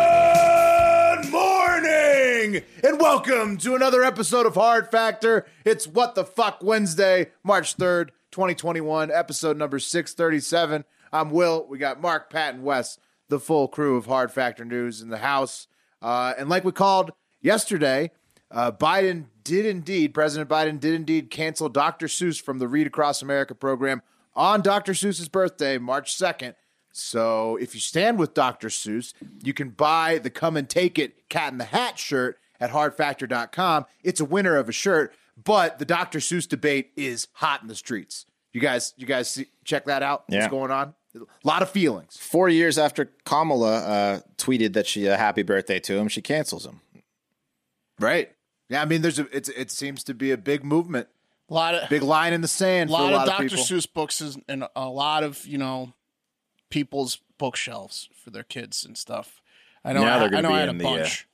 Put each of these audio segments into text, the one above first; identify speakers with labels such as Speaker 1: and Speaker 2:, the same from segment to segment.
Speaker 1: Good morning and welcome to another episode of Hard Factor. It's What the Fuck Wednesday, March 3rd, 2021, episode number 637. I'm Will. We got Mark, Pat, and Wes, the full crew of Hard Factor News in the house. Uh, and like we called yesterday, uh, Biden did indeed, President Biden did indeed cancel Dr. Seuss from the Read Across America program on Dr. Seuss's birthday, March 2nd. So if you stand with Dr. Seuss, you can buy the Come and Take It Cat in the Hat shirt at hardfactor.com. It's a winner of a shirt, but the Dr. Seuss debate is hot in the streets. You guys, you guys see, check that out.
Speaker 2: Yeah.
Speaker 1: What's going on? A lot of feelings.
Speaker 2: four years after Kamala uh, tweeted that she uh, happy birthday to him, she cancels him.
Speaker 1: Right. Yeah, I mean, there's a it's it seems to be a big movement,
Speaker 3: A lot of
Speaker 1: big line in the sand
Speaker 3: a lot,
Speaker 1: for a lot
Speaker 3: of Dr.
Speaker 1: people.
Speaker 3: Seuss books is, and a lot of you know people's bookshelves for their kids and stuff. I know.
Speaker 4: Now
Speaker 3: I,
Speaker 4: they're
Speaker 3: I
Speaker 4: gonna
Speaker 3: know.
Speaker 4: be
Speaker 3: I had a
Speaker 4: in the, uh,
Speaker 3: bunch.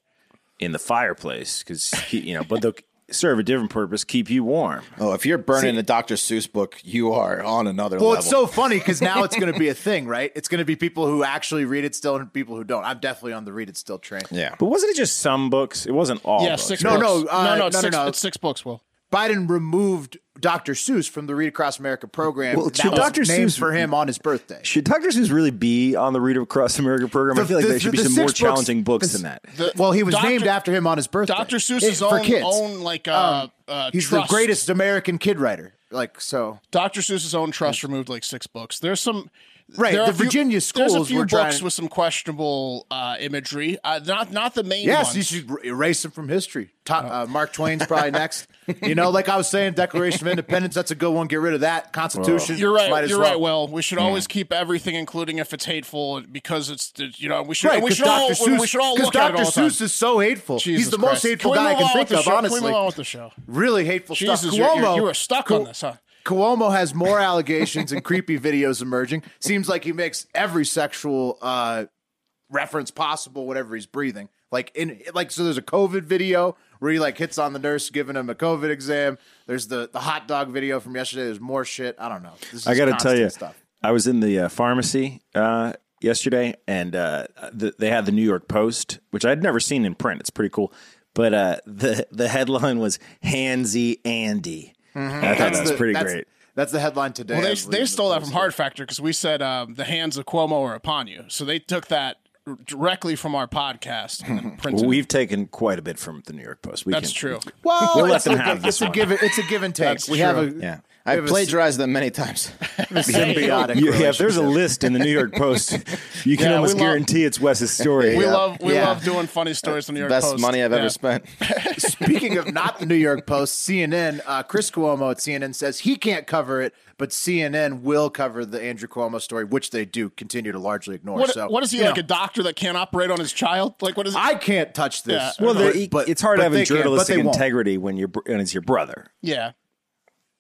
Speaker 4: in the fireplace because you know, but they'll serve a different purpose, keep you warm.
Speaker 2: Oh, if you're burning a Dr. Seuss book, you are on another
Speaker 1: Well,
Speaker 2: level.
Speaker 1: it's so funny because now it's going to be a thing, right? It's going to be people who actually read it still and people who don't. I'm definitely on the read it still train.
Speaker 2: yeah.
Speaker 4: But wasn't it just some books? It wasn't all.
Speaker 3: yeah,
Speaker 4: books.
Speaker 3: six.
Speaker 1: No,
Speaker 3: books.
Speaker 1: no, uh,
Speaker 3: no, no, it's
Speaker 1: no, no,
Speaker 3: six,
Speaker 1: no.
Speaker 3: It's six books. Will
Speaker 1: Biden removed Dr. Seuss from the Read Across America program.
Speaker 4: Well,
Speaker 1: that
Speaker 4: should
Speaker 1: was
Speaker 4: Dr.
Speaker 1: named
Speaker 4: Seuss-
Speaker 1: for him on his birthday.
Speaker 4: Should Dr. Seuss really be on the Read Across America program? I
Speaker 1: The-
Speaker 4: feel like
Speaker 1: the-
Speaker 4: there should be
Speaker 1: the
Speaker 4: some
Speaker 1: six
Speaker 4: more
Speaker 1: books-
Speaker 4: challenging books
Speaker 1: the-
Speaker 4: than that.
Speaker 1: well, he was
Speaker 3: Dr.
Speaker 1: named after him on his birthday.
Speaker 3: Dr.
Speaker 1: It-
Speaker 3: Seuss's
Speaker 1: for
Speaker 3: own
Speaker 1: kids.
Speaker 3: own like uh,
Speaker 1: Um,
Speaker 3: uh
Speaker 1: He's
Speaker 3: trust.
Speaker 1: the greatest American kid writer. Like so,
Speaker 3: Dr. Seuss's own trust removed like six books. There's some
Speaker 1: Mm. Right,
Speaker 3: there are
Speaker 1: the
Speaker 3: a few-
Speaker 1: Virginia
Speaker 3: There's a
Speaker 1: schools
Speaker 3: few
Speaker 1: were
Speaker 3: books
Speaker 1: trying-
Speaker 3: with some questionable uh, imagery. Uh, not not the main
Speaker 1: yes,
Speaker 3: ones.
Speaker 1: you should r- erase him from history.
Speaker 3: Uh-huh.
Speaker 1: Ta- uh, Mark Twain's probably next. You know, like I was saying, Declaration of Independence. That's a good one. Get rid of that Constitution.
Speaker 3: You're right.
Speaker 1: might as
Speaker 3: You're
Speaker 1: well.
Speaker 3: right. Well, we should always keep everything, including if it's hateful, because it's you know we should
Speaker 1: Right,
Speaker 3: we
Speaker 1: 'cause
Speaker 3: should all
Speaker 1: Dr. Seuss,
Speaker 3: we should all
Speaker 1: 'cause
Speaker 3: look
Speaker 1: Dr.
Speaker 3: at it all the time.
Speaker 1: Seuss is so hateful.
Speaker 3: Jesus
Speaker 1: He's the most
Speaker 3: Christ.
Speaker 1: hateful
Speaker 3: Can we
Speaker 1: guy I
Speaker 3: move
Speaker 1: can
Speaker 3: on
Speaker 1: think
Speaker 3: with
Speaker 1: of,
Speaker 3: the show? Can we
Speaker 1: honestly.
Speaker 3: move on with the show?
Speaker 1: Really hateful
Speaker 3: Jesus,
Speaker 1: stuff.
Speaker 3: you're-
Speaker 1: Cuomo,
Speaker 3: you're- you are stuck on this, huh?
Speaker 1: Cuomo has more allegations and creepy videos emerging. Seems like he makes every sexual uh, reference possible whenever he's breathing. Like in like so there's a COVID video where he like hits on the nurse giving him a COVID exam. There's the the hot dog video from yesterday. There's more shit. I don't know. This is
Speaker 4: I got to
Speaker 1: constant
Speaker 4: tell you,
Speaker 1: stuff.
Speaker 4: I was in the uh, pharmacy uh, yesterday, and uh, th they had the New York Post, which I'd never seen in print. It's pretty cool. But uh, the the headline was Hansy Andy. I thought that was
Speaker 1: Mm-hmm.
Speaker 4: pretty
Speaker 1: That's-
Speaker 4: great.
Speaker 1: That's the headline today.
Speaker 3: Well,
Speaker 1: I
Speaker 3: they
Speaker 1: believe,
Speaker 3: they
Speaker 1: in the
Speaker 3: stole that
Speaker 1: Post.
Speaker 3: from Hard Factor because we said um, the hands of Cuomo are upon you, so they took that directly from our podcast and then printed. it.
Speaker 4: We've taken quite a bit from the New York Post. We
Speaker 3: That's
Speaker 4: can-
Speaker 3: true.
Speaker 1: Well,
Speaker 4: We'll let
Speaker 1: it's
Speaker 4: them
Speaker 1: a-
Speaker 4: have
Speaker 1: it's
Speaker 4: this
Speaker 1: a
Speaker 4: one.
Speaker 1: give it's a give and take.
Speaker 3: That's
Speaker 1: we have a
Speaker 3: true.
Speaker 2: Yeah.
Speaker 1: we
Speaker 2: I've
Speaker 1: have a
Speaker 2: plagiarized them many times.
Speaker 1: symbiotic.
Speaker 4: You, yeah, if there's a
Speaker 1: relationship.
Speaker 4: list in the New York Post, you can
Speaker 3: Yeah,
Speaker 4: almost
Speaker 3: we love-
Speaker 4: guarantee it's Wes's story.
Speaker 3: We
Speaker 4: Yeah.
Speaker 3: love we
Speaker 1: Yeah.
Speaker 3: love doing funny stories from New York
Speaker 2: Best
Speaker 3: Post.
Speaker 2: money I've
Speaker 3: Yeah.
Speaker 2: ever spent.
Speaker 1: Speaking of not the New York Post, CNN, uh, Chris Cuomo at CNN says he can't cover it, but CNN will cover the Andrew Cuomo story, which they do continue to largely ignore.
Speaker 3: What,
Speaker 1: so
Speaker 3: what is he
Speaker 1: you
Speaker 3: like?
Speaker 1: know,
Speaker 3: A doctor that can't operate on his child? Like what is?
Speaker 1: I can't touch this.
Speaker 3: Yeah.
Speaker 4: Well,
Speaker 1: But-
Speaker 4: they-
Speaker 1: but-
Speaker 4: it's hard
Speaker 1: but
Speaker 4: having
Speaker 1: they can, but
Speaker 4: journalistic
Speaker 1: they won't.
Speaker 4: integrity when you're br- when it's your brother.
Speaker 3: yeah,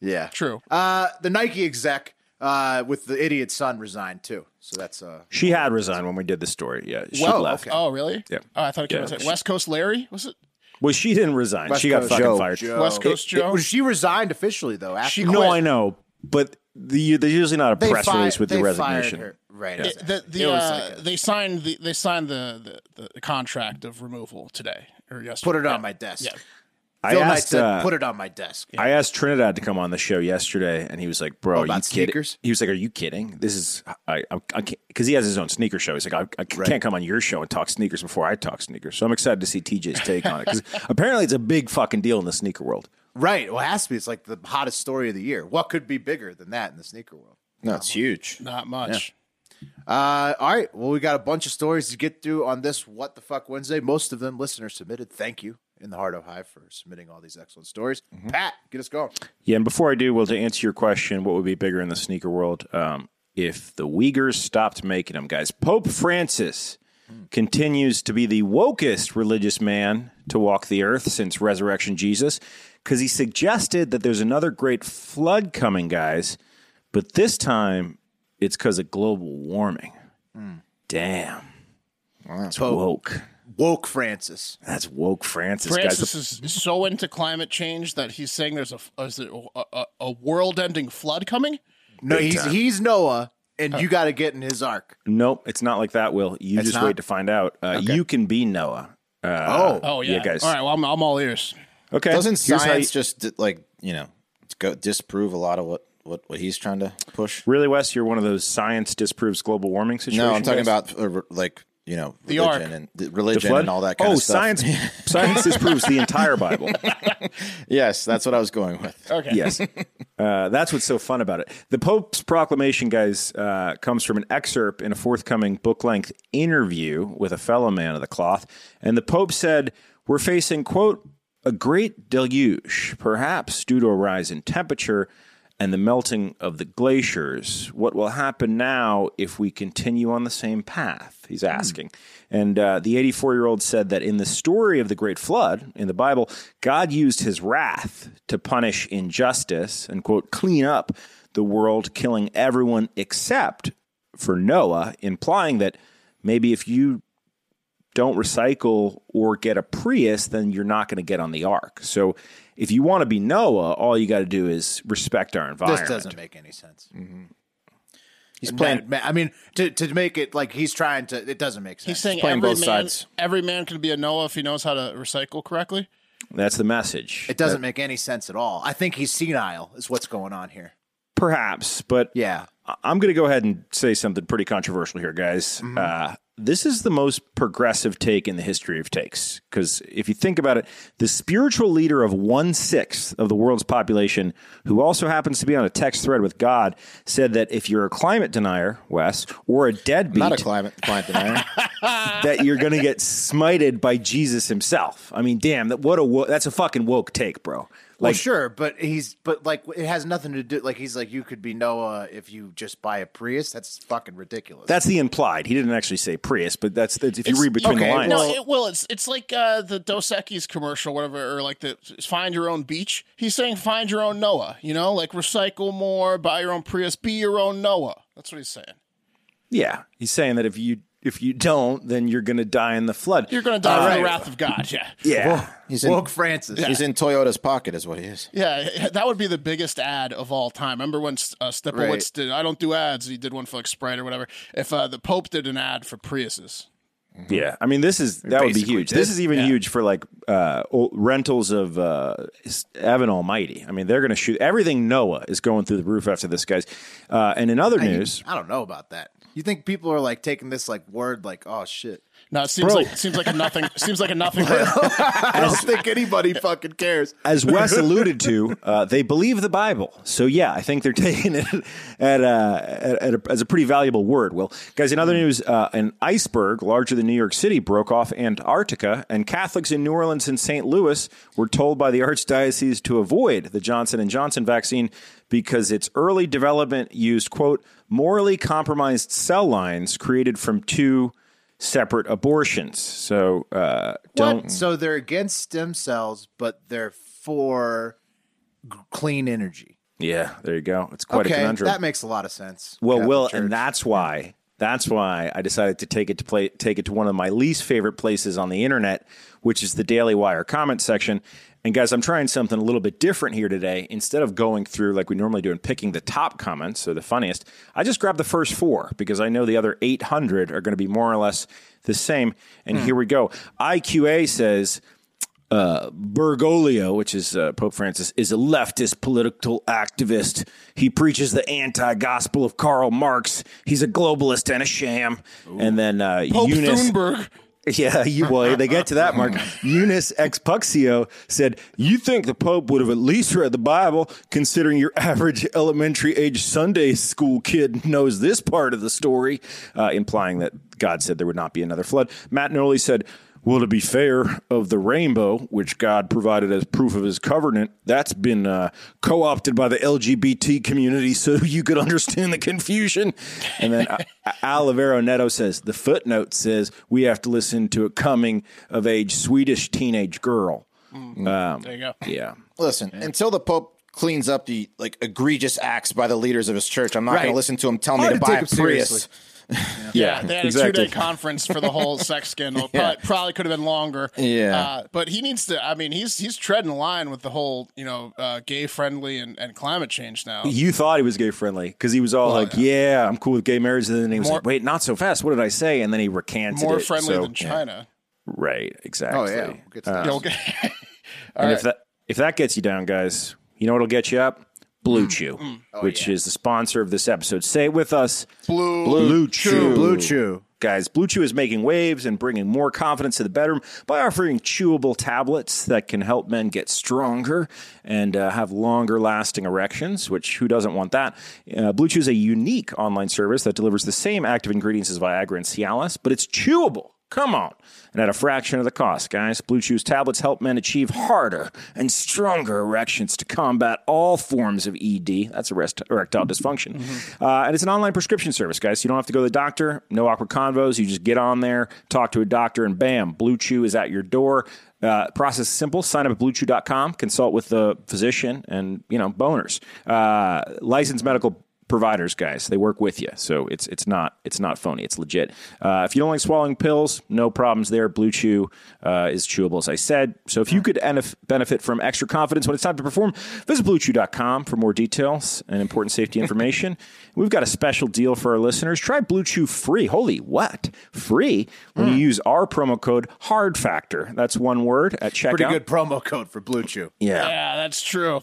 Speaker 1: Yeah,
Speaker 3: true.
Speaker 1: Uh, the Nike exec uh, with the idiot son resigned too. So that's uh,
Speaker 4: She had resigned when we did the story. Yeah, she
Speaker 1: Whoa,
Speaker 4: left.
Speaker 1: okay.
Speaker 3: Oh really?
Speaker 4: Yeah.
Speaker 3: Oh, I thought it
Speaker 4: Yeah.
Speaker 3: was West Coast Larry. Was it
Speaker 4: Well, she didn't resign.
Speaker 1: West
Speaker 4: she got
Speaker 1: Coast
Speaker 4: fucking
Speaker 1: Joe.
Speaker 4: fired.
Speaker 1: Joe.
Speaker 3: West Coast Joe?
Speaker 1: Well, she resigned officially though. After
Speaker 3: She
Speaker 1: the-
Speaker 3: quit.
Speaker 4: No, I know, but the, there's usually not a
Speaker 1: They
Speaker 4: press
Speaker 1: fi-
Speaker 4: release with
Speaker 1: they
Speaker 4: the
Speaker 1: fired
Speaker 4: resignation.
Speaker 1: her. Right.
Speaker 3: It-
Speaker 1: exactly.
Speaker 3: the, the,
Speaker 1: It was
Speaker 3: uh,
Speaker 1: like a-
Speaker 3: they signed the they signed the, the the contract of removal today or yesterday.
Speaker 1: put it on my desk.
Speaker 3: Yeah.
Speaker 4: I
Speaker 1: Phil Knight
Speaker 4: asked,
Speaker 1: said,
Speaker 4: uh,
Speaker 1: "Put it on my desk."
Speaker 4: I asked Trinidad to come on the show yesterday, and he was like, "Bro,
Speaker 1: Oh,
Speaker 4: are you
Speaker 1: about
Speaker 4: kidding?"
Speaker 1: sneakers?
Speaker 4: He was like, "Are you kidding? This is I, I, I can't because he has his own sneaker show. He's like, I, I c- can't come on your show and talk sneakers before I talk sneakers." So I'm excited to see TJ's take on it because apparently it's a big fucking deal in the sneaker world.
Speaker 1: Right. Well, it has to be. It's like the hottest story of the year. What could be bigger than that in the sneaker world?
Speaker 2: No, it's huge.
Speaker 3: Not much.
Speaker 1: Uh, all right. Well, we got a bunch of stories to get through on this What the Fuck Wednesday. Most of them listener submitted. Thank you in the Heart of Hive for submitting all these excellent stories. Pat, get us going.
Speaker 4: Yeah, and before I do, well, to answer your question, what would be bigger in the sneaker world um, if the Uyghurs stopped making them, guys? Pope Francis continues to be the wokest religious man to walk the earth since Resurrection Jesus because he suggested that there's another great flood coming, guys, but this time it's because of global warming. Damn. Hmm. That's woke.
Speaker 1: Woke Francis.
Speaker 4: That's woke Francis, guys.
Speaker 3: Francis is so into climate change that he's saying there's a is there a, a, a world-ending flood coming.
Speaker 1: No, he's he's Noah, and you got to get in his ark.
Speaker 4: Nope, it's not like that, Will. You just
Speaker 1: not?
Speaker 4: wait to find out. Uh, You can be Noah.
Speaker 1: oh,
Speaker 3: Oh yeah,
Speaker 4: Yeah, guys.
Speaker 3: All right, well I'm, I'm all ears.
Speaker 4: Okay.
Speaker 2: Doesn't
Speaker 4: here's how you-
Speaker 2: science just di- like you know go disprove a lot of what what, what he's trying to push?
Speaker 4: Really, Wes, you're one of those science disproves global warming situations.
Speaker 2: No, I'm talking about uh, re- like you know
Speaker 3: The
Speaker 2: religion
Speaker 3: ark.
Speaker 2: and the religion
Speaker 4: flood
Speaker 2: and all that kind
Speaker 4: oh,
Speaker 2: of stuff.
Speaker 4: science! science disproves the entire Bible.
Speaker 2: yes, that's what I was going with.
Speaker 3: Okay.
Speaker 4: Yes, uh, that's what's so fun about it. The Pope's proclamation, guys, uh, comes from an excerpt in a forthcoming book-length interview with a fellow man of the cloth, and the Pope said, "We're facing quote a great deluge, perhaps due to a rise in temperature." And the melting of the glaciers. What will happen now if we continue on the same path? He's asking. And uh, the 84 year old said that in the story of the Great Flood in the Bible, God used his wrath to punish injustice and, quote, clean up the world, killing everyone except for Noah, implying that maybe if you don't recycle or get a Prius, then you're not going to get on the ark. So if you want to be Noah, all you got to do is respect our environment.
Speaker 1: this doesn't make any sense.
Speaker 2: He's
Speaker 1: Man,
Speaker 2: playing.
Speaker 1: man, I mean, to to make it like he's trying to, it doesn't make sense.
Speaker 3: He's saying
Speaker 2: playing
Speaker 3: every
Speaker 2: both
Speaker 3: man,
Speaker 2: sides.
Speaker 3: every man can be a Noah if he knows how to recycle correctly.
Speaker 4: That's the message.
Speaker 1: it doesn't make any sense at all. I think he's senile. Is what's going on here.
Speaker 4: Perhaps, but
Speaker 1: Yeah,
Speaker 4: I- I'm going to go ahead and say something pretty controversial here, guys.
Speaker 2: Mm-hmm.
Speaker 4: Uh, this is the most progressive take in the history of takes. Because if you think about it, the spiritual leader of one sixth of the world's population, who also happens to be on a text thread with God, said that if you're a climate denier, Wes, or a deadbeat,
Speaker 2: Not a climate climate denier.
Speaker 4: that you're going to get smited by Jesus himself. I mean, damn, that what a wo- that's a fucking woke take, bro.
Speaker 1: well,
Speaker 4: Like,
Speaker 1: sure, but he's but like it has nothing to do. Like he's like you could be Noah if you just buy a Prius. That's fucking ridiculous.
Speaker 4: that's the implied. He didn't actually say Prius, but that's, that's if you
Speaker 3: It's-
Speaker 4: read between
Speaker 2: okay,
Speaker 4: the lines.
Speaker 3: No, it will. It's it's like uh, the Dos Equis commercial, whatever, or like the find your own beach. He's saying find your own Noah. You know, like recycle more, buy your own Prius, be your own Noah. That's what he's saying.
Speaker 4: Yeah, he's saying that if you if you don't, then you're going to die in the flood.
Speaker 3: You're gonna die from
Speaker 4: right.
Speaker 3: the wrath of God. Yeah.
Speaker 4: yeah.
Speaker 2: He's in,
Speaker 1: woke Francis.
Speaker 2: he's in Toyota's pocket, is what he is.
Speaker 3: Yeah, that would be the biggest ad of all time. Remember when uh, Steppenwolf
Speaker 1: Right.
Speaker 3: did? I don't do ads. He did one for like Sprite or whatever. If uh, the Pope did an ad for Priuses,
Speaker 4: yeah. I mean, this is that would be
Speaker 2: basically
Speaker 4: huge.
Speaker 2: did.
Speaker 4: This is even huge for like uh, old rentals of uh, s- Evan Almighty. I mean, they're going to shoot everything. Noah is going through the roof after this, guys. Uh, and in other news,
Speaker 1: I don't know about that. You think people are like taking this like word like oh shit?
Speaker 3: no, it seems
Speaker 4: Bro.
Speaker 3: like seems like a nothing. seems like a nothing.
Speaker 1: I don't think anybody fucking cares.
Speaker 4: as Wes alluded to, uh, they believe the Bible. So yeah, I think they're taking it at, uh, at, at a, as a pretty valuable word. Well, guys, in other
Speaker 1: Hmm.
Speaker 4: news, uh, an iceberg larger than New York City broke off Antarctica, and Catholics in New Orleans and St. Louis were told by the archdiocese to avoid the Johnson and Johnson vaccine because its early development used quote morally compromised cell lines created from two separate abortions. So uh, don't.
Speaker 1: What? So they're against stem cells, but they're for g- clean energy.
Speaker 4: Yeah, there you go. It's quite a
Speaker 1: okay,
Speaker 4: conundrum.
Speaker 1: that makes a lot of sense.
Speaker 4: Well,
Speaker 1: Catholic
Speaker 4: Will,
Speaker 1: Church.
Speaker 4: and that's why that's why I decided to take it to play take it to one of my least favorite places on the internet, which is the Daily Wire comment section. And guys, I'm trying something a little bit different here today. Instead of going through like we normally do and picking the top comments or the funniest, I just grabbed the first four because I know the other 800 are going to be more or less the same. And here we go. IQA says Bergoglio, which is uh, Pope Francis, is a leftist political activist. He preaches the anti gospel of Karl Marx. He's a globalist and a sham. And then uh,
Speaker 3: Pope
Speaker 4: Eunice.
Speaker 3: Thunberg.
Speaker 4: Yeah, you, well, they get to that, Mark. Eunice Expuxio said, You think the Pope would have at least read the Bible, considering your average elementary age Sunday school kid knows this part of the story, uh, implying that God said there would not be another flood. Matt Nolly said, Well, to be fair, of the rainbow, which God provided as proof of his covenant, that's been uh, co opted by the LGBT community so you could understand the confusion. And then uh, Olivero Neto says the footnote says we have to listen to a coming of age Swedish teenage girl.
Speaker 3: There you go.
Speaker 4: Yeah.
Speaker 2: Listen, until the Pope cleans up the like egregious acts by the leaders of his church, I'm not going
Speaker 1: Right.
Speaker 2: to listen to him tell me
Speaker 1: Hard
Speaker 2: to
Speaker 1: to
Speaker 2: buy
Speaker 1: take
Speaker 2: a
Speaker 1: him
Speaker 2: Prius.
Speaker 1: seriously.
Speaker 3: Yeah, they had a two day conference for the whole sex scandal. probably, probably could have been longer.
Speaker 2: Yeah.
Speaker 3: uh, but he needs to. I mean, he's he's treading the line with the whole you know uh, gay friendly and, and climate change now.
Speaker 4: You thought he was gay friendly because he was all like, yeah. I'm cool with gay marriage." And then he was
Speaker 3: More-
Speaker 4: like, "Wait, not so fast. What did I say?" And then he recanted.
Speaker 3: More
Speaker 4: it,
Speaker 3: friendly
Speaker 4: so-
Speaker 3: than China.
Speaker 4: Right. Exactly.
Speaker 1: Oh yeah, we'll get
Speaker 4: Uh,
Speaker 1: to that.
Speaker 3: You'll get-
Speaker 4: and if that if that gets you down, guys, you know what'll get you up? Blue Chew, which is the sponsor of this episode. Say it with us.
Speaker 3: Blue
Speaker 4: Chew.
Speaker 1: Blue Chew.
Speaker 4: Guys, Blue Chew is making waves and bringing more confidence to the bedroom by offering chewable tablets that can help men get stronger and uh, have longer lasting erections, which who doesn't want that? Uh, Blue Chew is a unique online service that delivers the same active ingredients as Viagra and Cialis, but it's chewable. Come on. And at a fraction of the cost, guys, Blue Chew's tablets help men achieve harder and stronger erections to combat all forms of ED. That's erect- erectile dysfunction. Uh, and it's an online prescription service, guys. You don't have to go to the doctor, no awkward convos. You just get on there, talk to a doctor, and bam, Blue Chew is at your door. Uh, process is simple. Sign up at bluechew.com, consult with the physician, and, you know, boners. Uh, licensed medical providers guys they work with you so it's it's not it's not phony it's legit uh, if you don't like swallowing pills no problems there blue chew uh, is chewable as i said so if you could enif- benefit from extra confidence when it's time to perform visit bluechew.com for more details and important safety information we've got a special deal for our listeners try blue chew free holy what free when
Speaker 1: Hmm.
Speaker 4: you use our promo code hard factor that's one word at checkout
Speaker 1: Pretty good promo code for Blue Chew.
Speaker 4: yeah
Speaker 3: Yeah, that's true.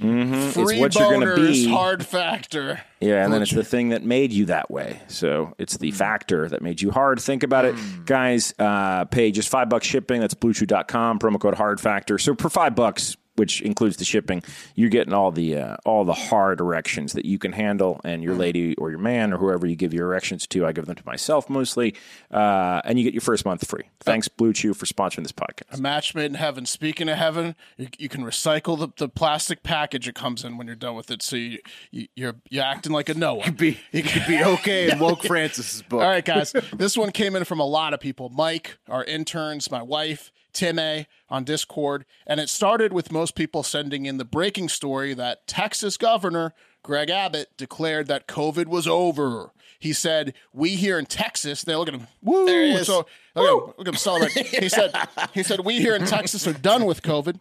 Speaker 3: Free
Speaker 4: what you're gonna
Speaker 3: boners,
Speaker 4: be.
Speaker 3: hard factor.
Speaker 4: Yeah, and then it's the thing that made you that way. So it's
Speaker 3: Hmm.
Speaker 4: the factor that made you hard. Think about it, guys. Uh, pay just five bucks shipping. That's bluechew.com, promo code hard factor. So for five bucks, which includes the shipping, you're getting all the uh, all the hard erections that you can handle, and
Speaker 3: Hmm.
Speaker 4: your lady or your man or whoever you give your erections to. I give them to myself mostly, uh, and you get your first month free. Thanks, Blue Chew, for sponsoring this podcast.
Speaker 3: Match made in heaven. Speaking of heaven, you, you can recycle the, the plastic package it comes in when you're done with it. So you, you you're you're acting like a Noah.
Speaker 1: Be you could be okay in woke Francis's book.
Speaker 3: All right, guys. this one came in from a lot of people. Mike, our interns, my wife, Tim A on Discord. And it started with most people sending in the breaking story that Texas governor Greg Abbott declared that COVID was over. He said, We here in Texas, they look at him. Woo!
Speaker 2: There he is.
Speaker 3: So look at him, look at him celebrating. He said, he said, We here in Texas are done with COVID.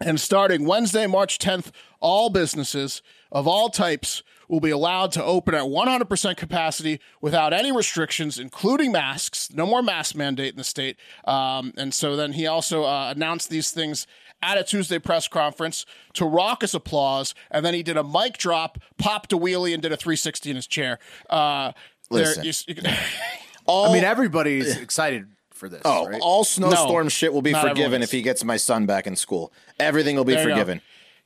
Speaker 3: And starting Wednesday, March 10th, all businesses of all types will be allowed to open at 100% capacity without any restrictions, including masks. No more mask mandate in the state. Um, and so then he also uh, announced these things at a Tuesday press conference to raucous applause. And then he did a mic drop, popped a wheelie, and did a 360 in his chair. Uh, there-
Speaker 2: Listen.
Speaker 3: you s- you can-
Speaker 2: All,
Speaker 1: I mean, everybody's excited for this.
Speaker 2: oh,
Speaker 1: right?
Speaker 2: all snowstorm
Speaker 3: No,
Speaker 2: shit will be
Speaker 3: not
Speaker 2: forgiven
Speaker 3: everyone
Speaker 2: if
Speaker 3: is.
Speaker 2: he gets my son back in school. Everything will be
Speaker 3: you go.
Speaker 2: forgiven.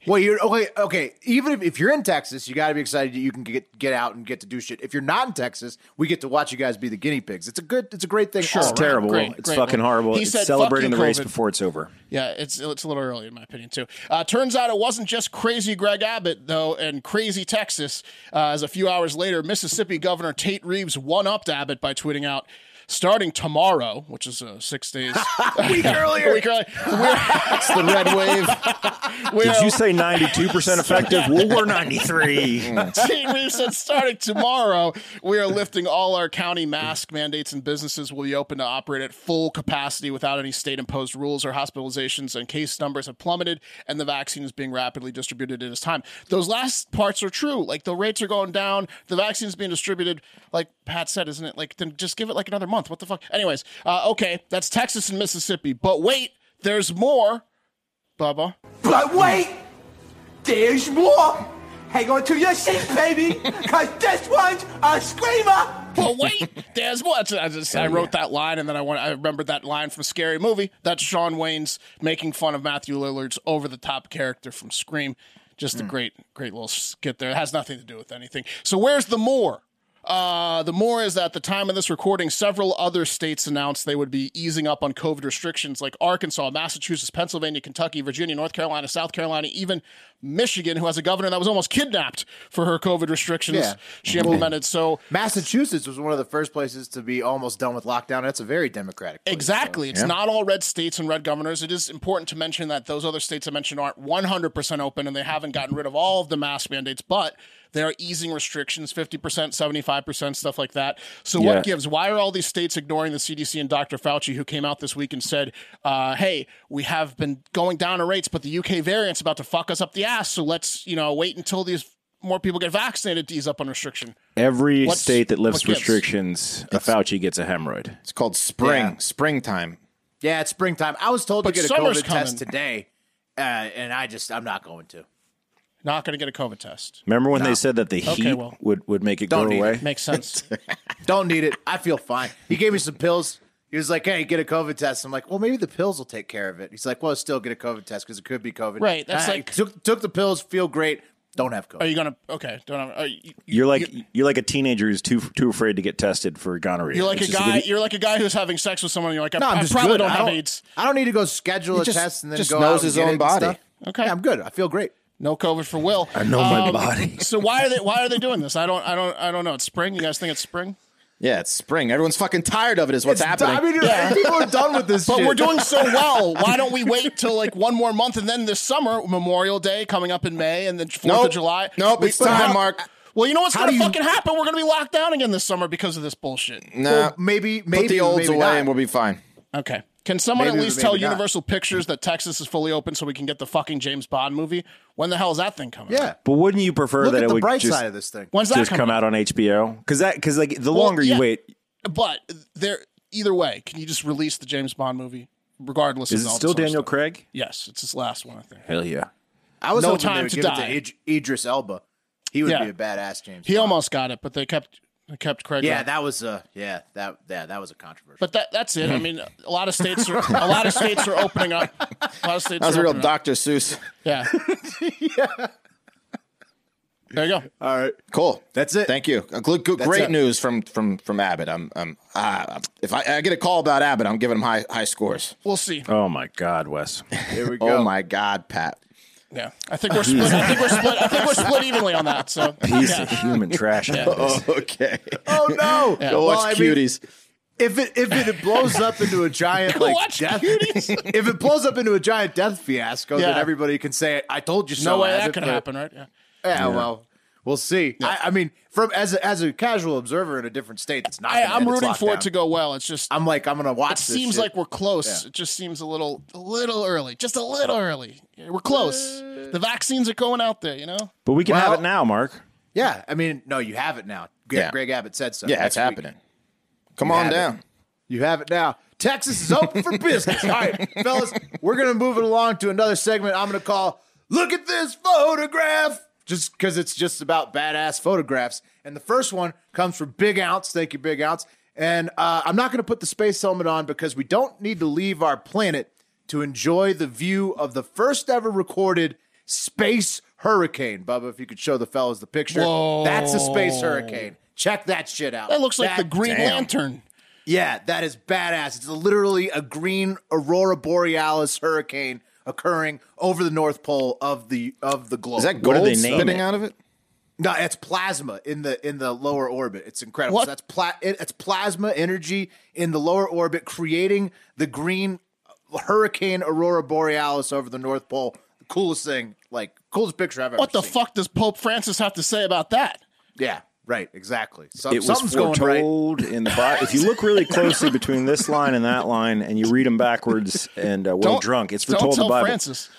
Speaker 1: Well, you're okay. Okay, even if, if you're in Texas, you got to be excited that you can get get out and get to do shit. If you're not in Texas, we get to watch you guys be the guinea pigs. It's a good. It's a great thing. all
Speaker 4: It's
Speaker 1: around.
Speaker 4: terrible.
Speaker 3: Great,
Speaker 4: it's
Speaker 3: great.
Speaker 4: fucking horrible.
Speaker 3: He
Speaker 4: it's
Speaker 3: said,
Speaker 4: celebrating
Speaker 3: "Fuck
Speaker 4: the
Speaker 3: you,
Speaker 4: race
Speaker 3: COVID."
Speaker 4: before it's over.
Speaker 3: Yeah, it's it's a little early in my opinion too. Uh, turns out it wasn't just crazy Greg Abbott though, and crazy Texas. Uh, as a few hours later, Mississippi Governor Tate Reeves one upped Abbott by tweeting out, "Starting tomorrow, which is uh, six days, week earlier, week earlier,
Speaker 2: It's the red wave.
Speaker 3: we're,
Speaker 4: Did you say 92% effective? Well, we're 93.
Speaker 3: Tate Reeves said, starting tomorrow, we are lifting all our county mask mandates and businesses will be open to operate at full capacity without any state imposed rules or hospitalizations. And case numbers have plummeted, and the vaccine is being rapidly distributed at this time. Those last parts are true. Like the rates are going down, the vaccine is being distributed. Like Pat said, isn't it? Like, then just give it like another month. What the fuck? Anyways, uh, okay, that's Texas and Mississippi. But wait, there's more. Bubba.
Speaker 5: But wait, there's more. Hang on to your seat, baby, because this one's a screamer.
Speaker 3: but wait, there's more. That's- I, just, I wrote that line, and then I went, I remembered that line from Scary Movie. That's Sean Wayne's making fun of Matthew Lillard's over the top character from Scream. Just a great, great little skit there. It has nothing to do with anything. So where's the more? Uh, the more is that at the time of this recording, several other states announced they would be easing up on COVID restrictions, like Arkansas, Massachusetts, Pennsylvania, Kentucky, Virginia, North Carolina, South Carolina, even Michigan, who has a governor that was almost kidnapped for her COVID restrictions
Speaker 1: Yeah.
Speaker 3: she implemented. So
Speaker 1: Massachusetts was one of the first places to be almost done with lockdown. That's a very democratic. place.
Speaker 3: Exactly. It's not all red states and red governors. It is important to mention that those other states I mentioned aren't 100% open and they haven't gotten rid of all of the mask mandates, but they're easing restrictions 50%, 75%, stuff like that. So,
Speaker 4: Yeah.
Speaker 3: what gives? Why are all these states ignoring the CDC and Dr. Fauci, who came out this week and said, uh, hey, we have been going down in rates, but the UK variant's about to fuck us up the ass. So, let's, you know, wait until these more people get vaccinated to ease up on restriction.
Speaker 4: Every
Speaker 3: What's-
Speaker 4: state that
Speaker 3: what
Speaker 4: lifts
Speaker 3: gives?
Speaker 4: restrictions, a Fauci gets a hemorrhoid.
Speaker 2: It's called spring,
Speaker 1: Yeah.
Speaker 2: springtime.
Speaker 1: Yeah, it's springtime. I was told
Speaker 3: But
Speaker 1: to get a
Speaker 3: summer's
Speaker 1: COVID test
Speaker 3: coming.
Speaker 1: today, uh, and I just I'm not going to.
Speaker 3: Not going to get a COVID test.
Speaker 4: Remember when they said that the
Speaker 3: Okay,
Speaker 4: heat
Speaker 3: well.
Speaker 4: would, would make it
Speaker 1: Don't
Speaker 4: go
Speaker 1: need
Speaker 4: away?
Speaker 3: Makes sense.
Speaker 1: Don't need it. I feel fine. He gave me some pills. He was like, "Hey, get a COVID test." I'm like, "Well, maybe the pills will take care of it." He's like, "Well, still get a COVID test because it could be COVID."
Speaker 3: Right, that's
Speaker 1: I
Speaker 3: like-
Speaker 1: took took the pills, feel great. Don't have COVID.
Speaker 3: Are you going to? Okay. Don't know. Are you,
Speaker 4: You're like you're like a teenager who's too too afraid to get tested for gonorrhea.
Speaker 3: You're like
Speaker 4: It's
Speaker 3: a
Speaker 4: just
Speaker 3: guy.
Speaker 4: idiot.
Speaker 3: You're like a guy who's having sex with someone. And you're like, I,
Speaker 1: No, I'm
Speaker 3: I
Speaker 1: just
Speaker 3: probably
Speaker 1: good.
Speaker 3: don't
Speaker 1: I
Speaker 3: have
Speaker 1: don't,
Speaker 3: AIDS.
Speaker 1: I don't need to go schedule a
Speaker 2: just-
Speaker 1: test and then
Speaker 2: just
Speaker 1: go
Speaker 2: knows
Speaker 1: out and
Speaker 2: his
Speaker 1: get
Speaker 2: own
Speaker 1: it and
Speaker 2: body.
Speaker 1: stuff.
Speaker 3: Okay.
Speaker 1: Yeah, I'm good. I feel great.
Speaker 3: No COVID for Will. Um,
Speaker 4: I know my body.
Speaker 3: So why are they? Why are they doing this? I don't. I don't. I don't know. It's spring. You guys think it's spring?
Speaker 2: Yeah, it's spring. Everyone's fucking tired of it. Is what's happening.
Speaker 1: I mean, people are done with this.
Speaker 3: But
Speaker 1: shit.
Speaker 3: we're doing so well. Why don't we wait till like one more month and then this summer Memorial Day coming up in May and then Fourth
Speaker 2: Nope.
Speaker 3: of July?
Speaker 2: Nope,
Speaker 3: We-
Speaker 2: it's time,
Speaker 3: how-
Speaker 2: Mark.
Speaker 3: Well, you know what's
Speaker 1: How do
Speaker 3: going to
Speaker 1: you-
Speaker 3: fucking happen? We're going to be locked down again this summer because of this bullshit.
Speaker 2: nah,
Speaker 1: Well, maybe maybe
Speaker 2: put the olds
Speaker 1: maybe
Speaker 2: away
Speaker 1: not.
Speaker 2: and we'll be fine.
Speaker 3: Okay. Can someone
Speaker 1: Maybe-
Speaker 3: at least
Speaker 1: maybe
Speaker 3: tell
Speaker 1: not.
Speaker 3: Universal Pictures that Texas is fully open so we can get the fucking James Bond movie? When the hell is that thing coming? out?
Speaker 1: yeah.
Speaker 4: but wouldn't you prefer
Speaker 1: Look
Speaker 4: that
Speaker 1: at
Speaker 4: it
Speaker 1: the
Speaker 4: would
Speaker 1: bright
Speaker 4: just,
Speaker 1: side of this thing.
Speaker 3: When's that
Speaker 4: just
Speaker 3: coming?
Speaker 4: come out on HBO? Because that because like the longer
Speaker 3: yeah.
Speaker 4: you wait,
Speaker 3: But there, either way, can you just release the James Bond movie, regardless?
Speaker 4: is
Speaker 3: of
Speaker 4: it
Speaker 3: all
Speaker 4: still
Speaker 3: this other
Speaker 4: Daniel
Speaker 3: stuff?
Speaker 4: Craig?
Speaker 3: Yes, it's his last one, I think.
Speaker 4: Hell yeah!
Speaker 1: I was
Speaker 3: No
Speaker 1: hoping
Speaker 3: Time
Speaker 1: they would
Speaker 3: to
Speaker 1: give
Speaker 3: Die.
Speaker 1: it to Id- Idris Elba. He would
Speaker 3: Yeah.
Speaker 1: be a badass James.
Speaker 3: He
Speaker 1: Bond.
Speaker 3: almost got it, but they kept they kept Craig.
Speaker 1: Yeah,
Speaker 3: around.
Speaker 1: that was a yeah that yeah that was a controversial.
Speaker 3: but that that's it. I mean, a lot of states are a lot of states are opening up. A lot of states
Speaker 2: That was
Speaker 3: are
Speaker 2: a real
Speaker 3: opening up.
Speaker 2: Dr. Seuss.
Speaker 3: Yeah. There you go.
Speaker 1: All right,
Speaker 2: Cool.
Speaker 1: That's it.
Speaker 2: Thank you. Uh, gl- gl- great
Speaker 1: it.
Speaker 2: news from from from Abbott. I'm, I'm uh, if I, I get a call about Abbott, I'm giving him high high scores.
Speaker 3: We'll see.
Speaker 4: Oh my God, Wes.
Speaker 1: here we go.
Speaker 2: Oh my God, Pat.
Speaker 3: Yeah, I think we're split. I think we're split. I think we're split evenly on that. So
Speaker 4: Piece
Speaker 3: yeah.
Speaker 4: of human trash. that is.
Speaker 2: Okay.
Speaker 1: Oh no!
Speaker 2: Go
Speaker 1: Well, I
Speaker 2: watch
Speaker 1: mean,
Speaker 2: cuties.
Speaker 1: if it if it blows up into a giant like
Speaker 3: watch
Speaker 1: death, if it blows up into a giant death fiasco, then
Speaker 3: Yeah.
Speaker 1: everybody can say, "I told you so."
Speaker 3: no way
Speaker 1: as
Speaker 3: that
Speaker 1: it-
Speaker 3: could
Speaker 1: but-
Speaker 3: happen, right? Yeah.
Speaker 1: Yeah, well, we'll see. I, I mean, from as a, as a casual observer in a different state, that's not.
Speaker 3: I,
Speaker 1: gonna
Speaker 3: I'm
Speaker 1: end its
Speaker 3: rooting for it
Speaker 1: lockdown.
Speaker 3: to go well. It's just
Speaker 1: I'm like, I'm gonna watch.
Speaker 3: it
Speaker 1: this
Speaker 3: seems
Speaker 1: shit.
Speaker 3: like we're close. It just seems a little, a little early. Just a little early. We're close. The vaccines are going out there. You know.
Speaker 4: But we can
Speaker 1: Well-
Speaker 4: have it now, Mark.
Speaker 1: yeah. I mean, no, you have it now. Greg,
Speaker 2: Yeah.
Speaker 1: Greg Abbott said so.
Speaker 2: Yeah,
Speaker 1: Next
Speaker 2: it's
Speaker 1: week.
Speaker 2: happening. Come on
Speaker 1: have it.
Speaker 2: down.
Speaker 1: You have it now. Texas is open for business. All right, fellas, we're going to move it along to another segment I'm going to call Look at This Photograph, just because it's just about badass photographs. And the first one comes from Big Ounce. Thank you, Big Ounce. And uh, I'm not going to put the space helmet on because we don't need to leave our planet to enjoy the view of the first ever recorded space hurricane. Bubba, if you could show the fellas the picture, that's a space hurricane. Check that shit out.
Speaker 3: That looks like the
Speaker 1: That-
Speaker 3: Green Lantern.
Speaker 1: yeah, that is badass. It's literally a green aurora borealis hurricane occurring over the North Pole of the of the globe.
Speaker 2: Is that
Speaker 4: What do
Speaker 2: gold
Speaker 4: they name
Speaker 2: spitting
Speaker 4: it?
Speaker 2: out of it?
Speaker 1: no, it's plasma in the in the lower orbit. It's incredible.
Speaker 3: What?
Speaker 1: So that's pla- it, it's plasma energy in the lower orbit creating the green hurricane aurora borealis over the North Pole. The coolest thing, like coolest picture I've ever
Speaker 3: What the
Speaker 1: seen.
Speaker 3: fuck does Pope Francis have to say about that?
Speaker 1: Yeah, right, exactly. Some,
Speaker 4: It was
Speaker 1: something's going right.
Speaker 4: foretold in the Bible. If you look really closely between this line and that line, and you read them backwards and uh, well
Speaker 3: Don't-
Speaker 4: drunk, it's
Speaker 3: Don't
Speaker 4: foretold in the
Speaker 3: tell
Speaker 4: Bible.
Speaker 3: Francis. Uh,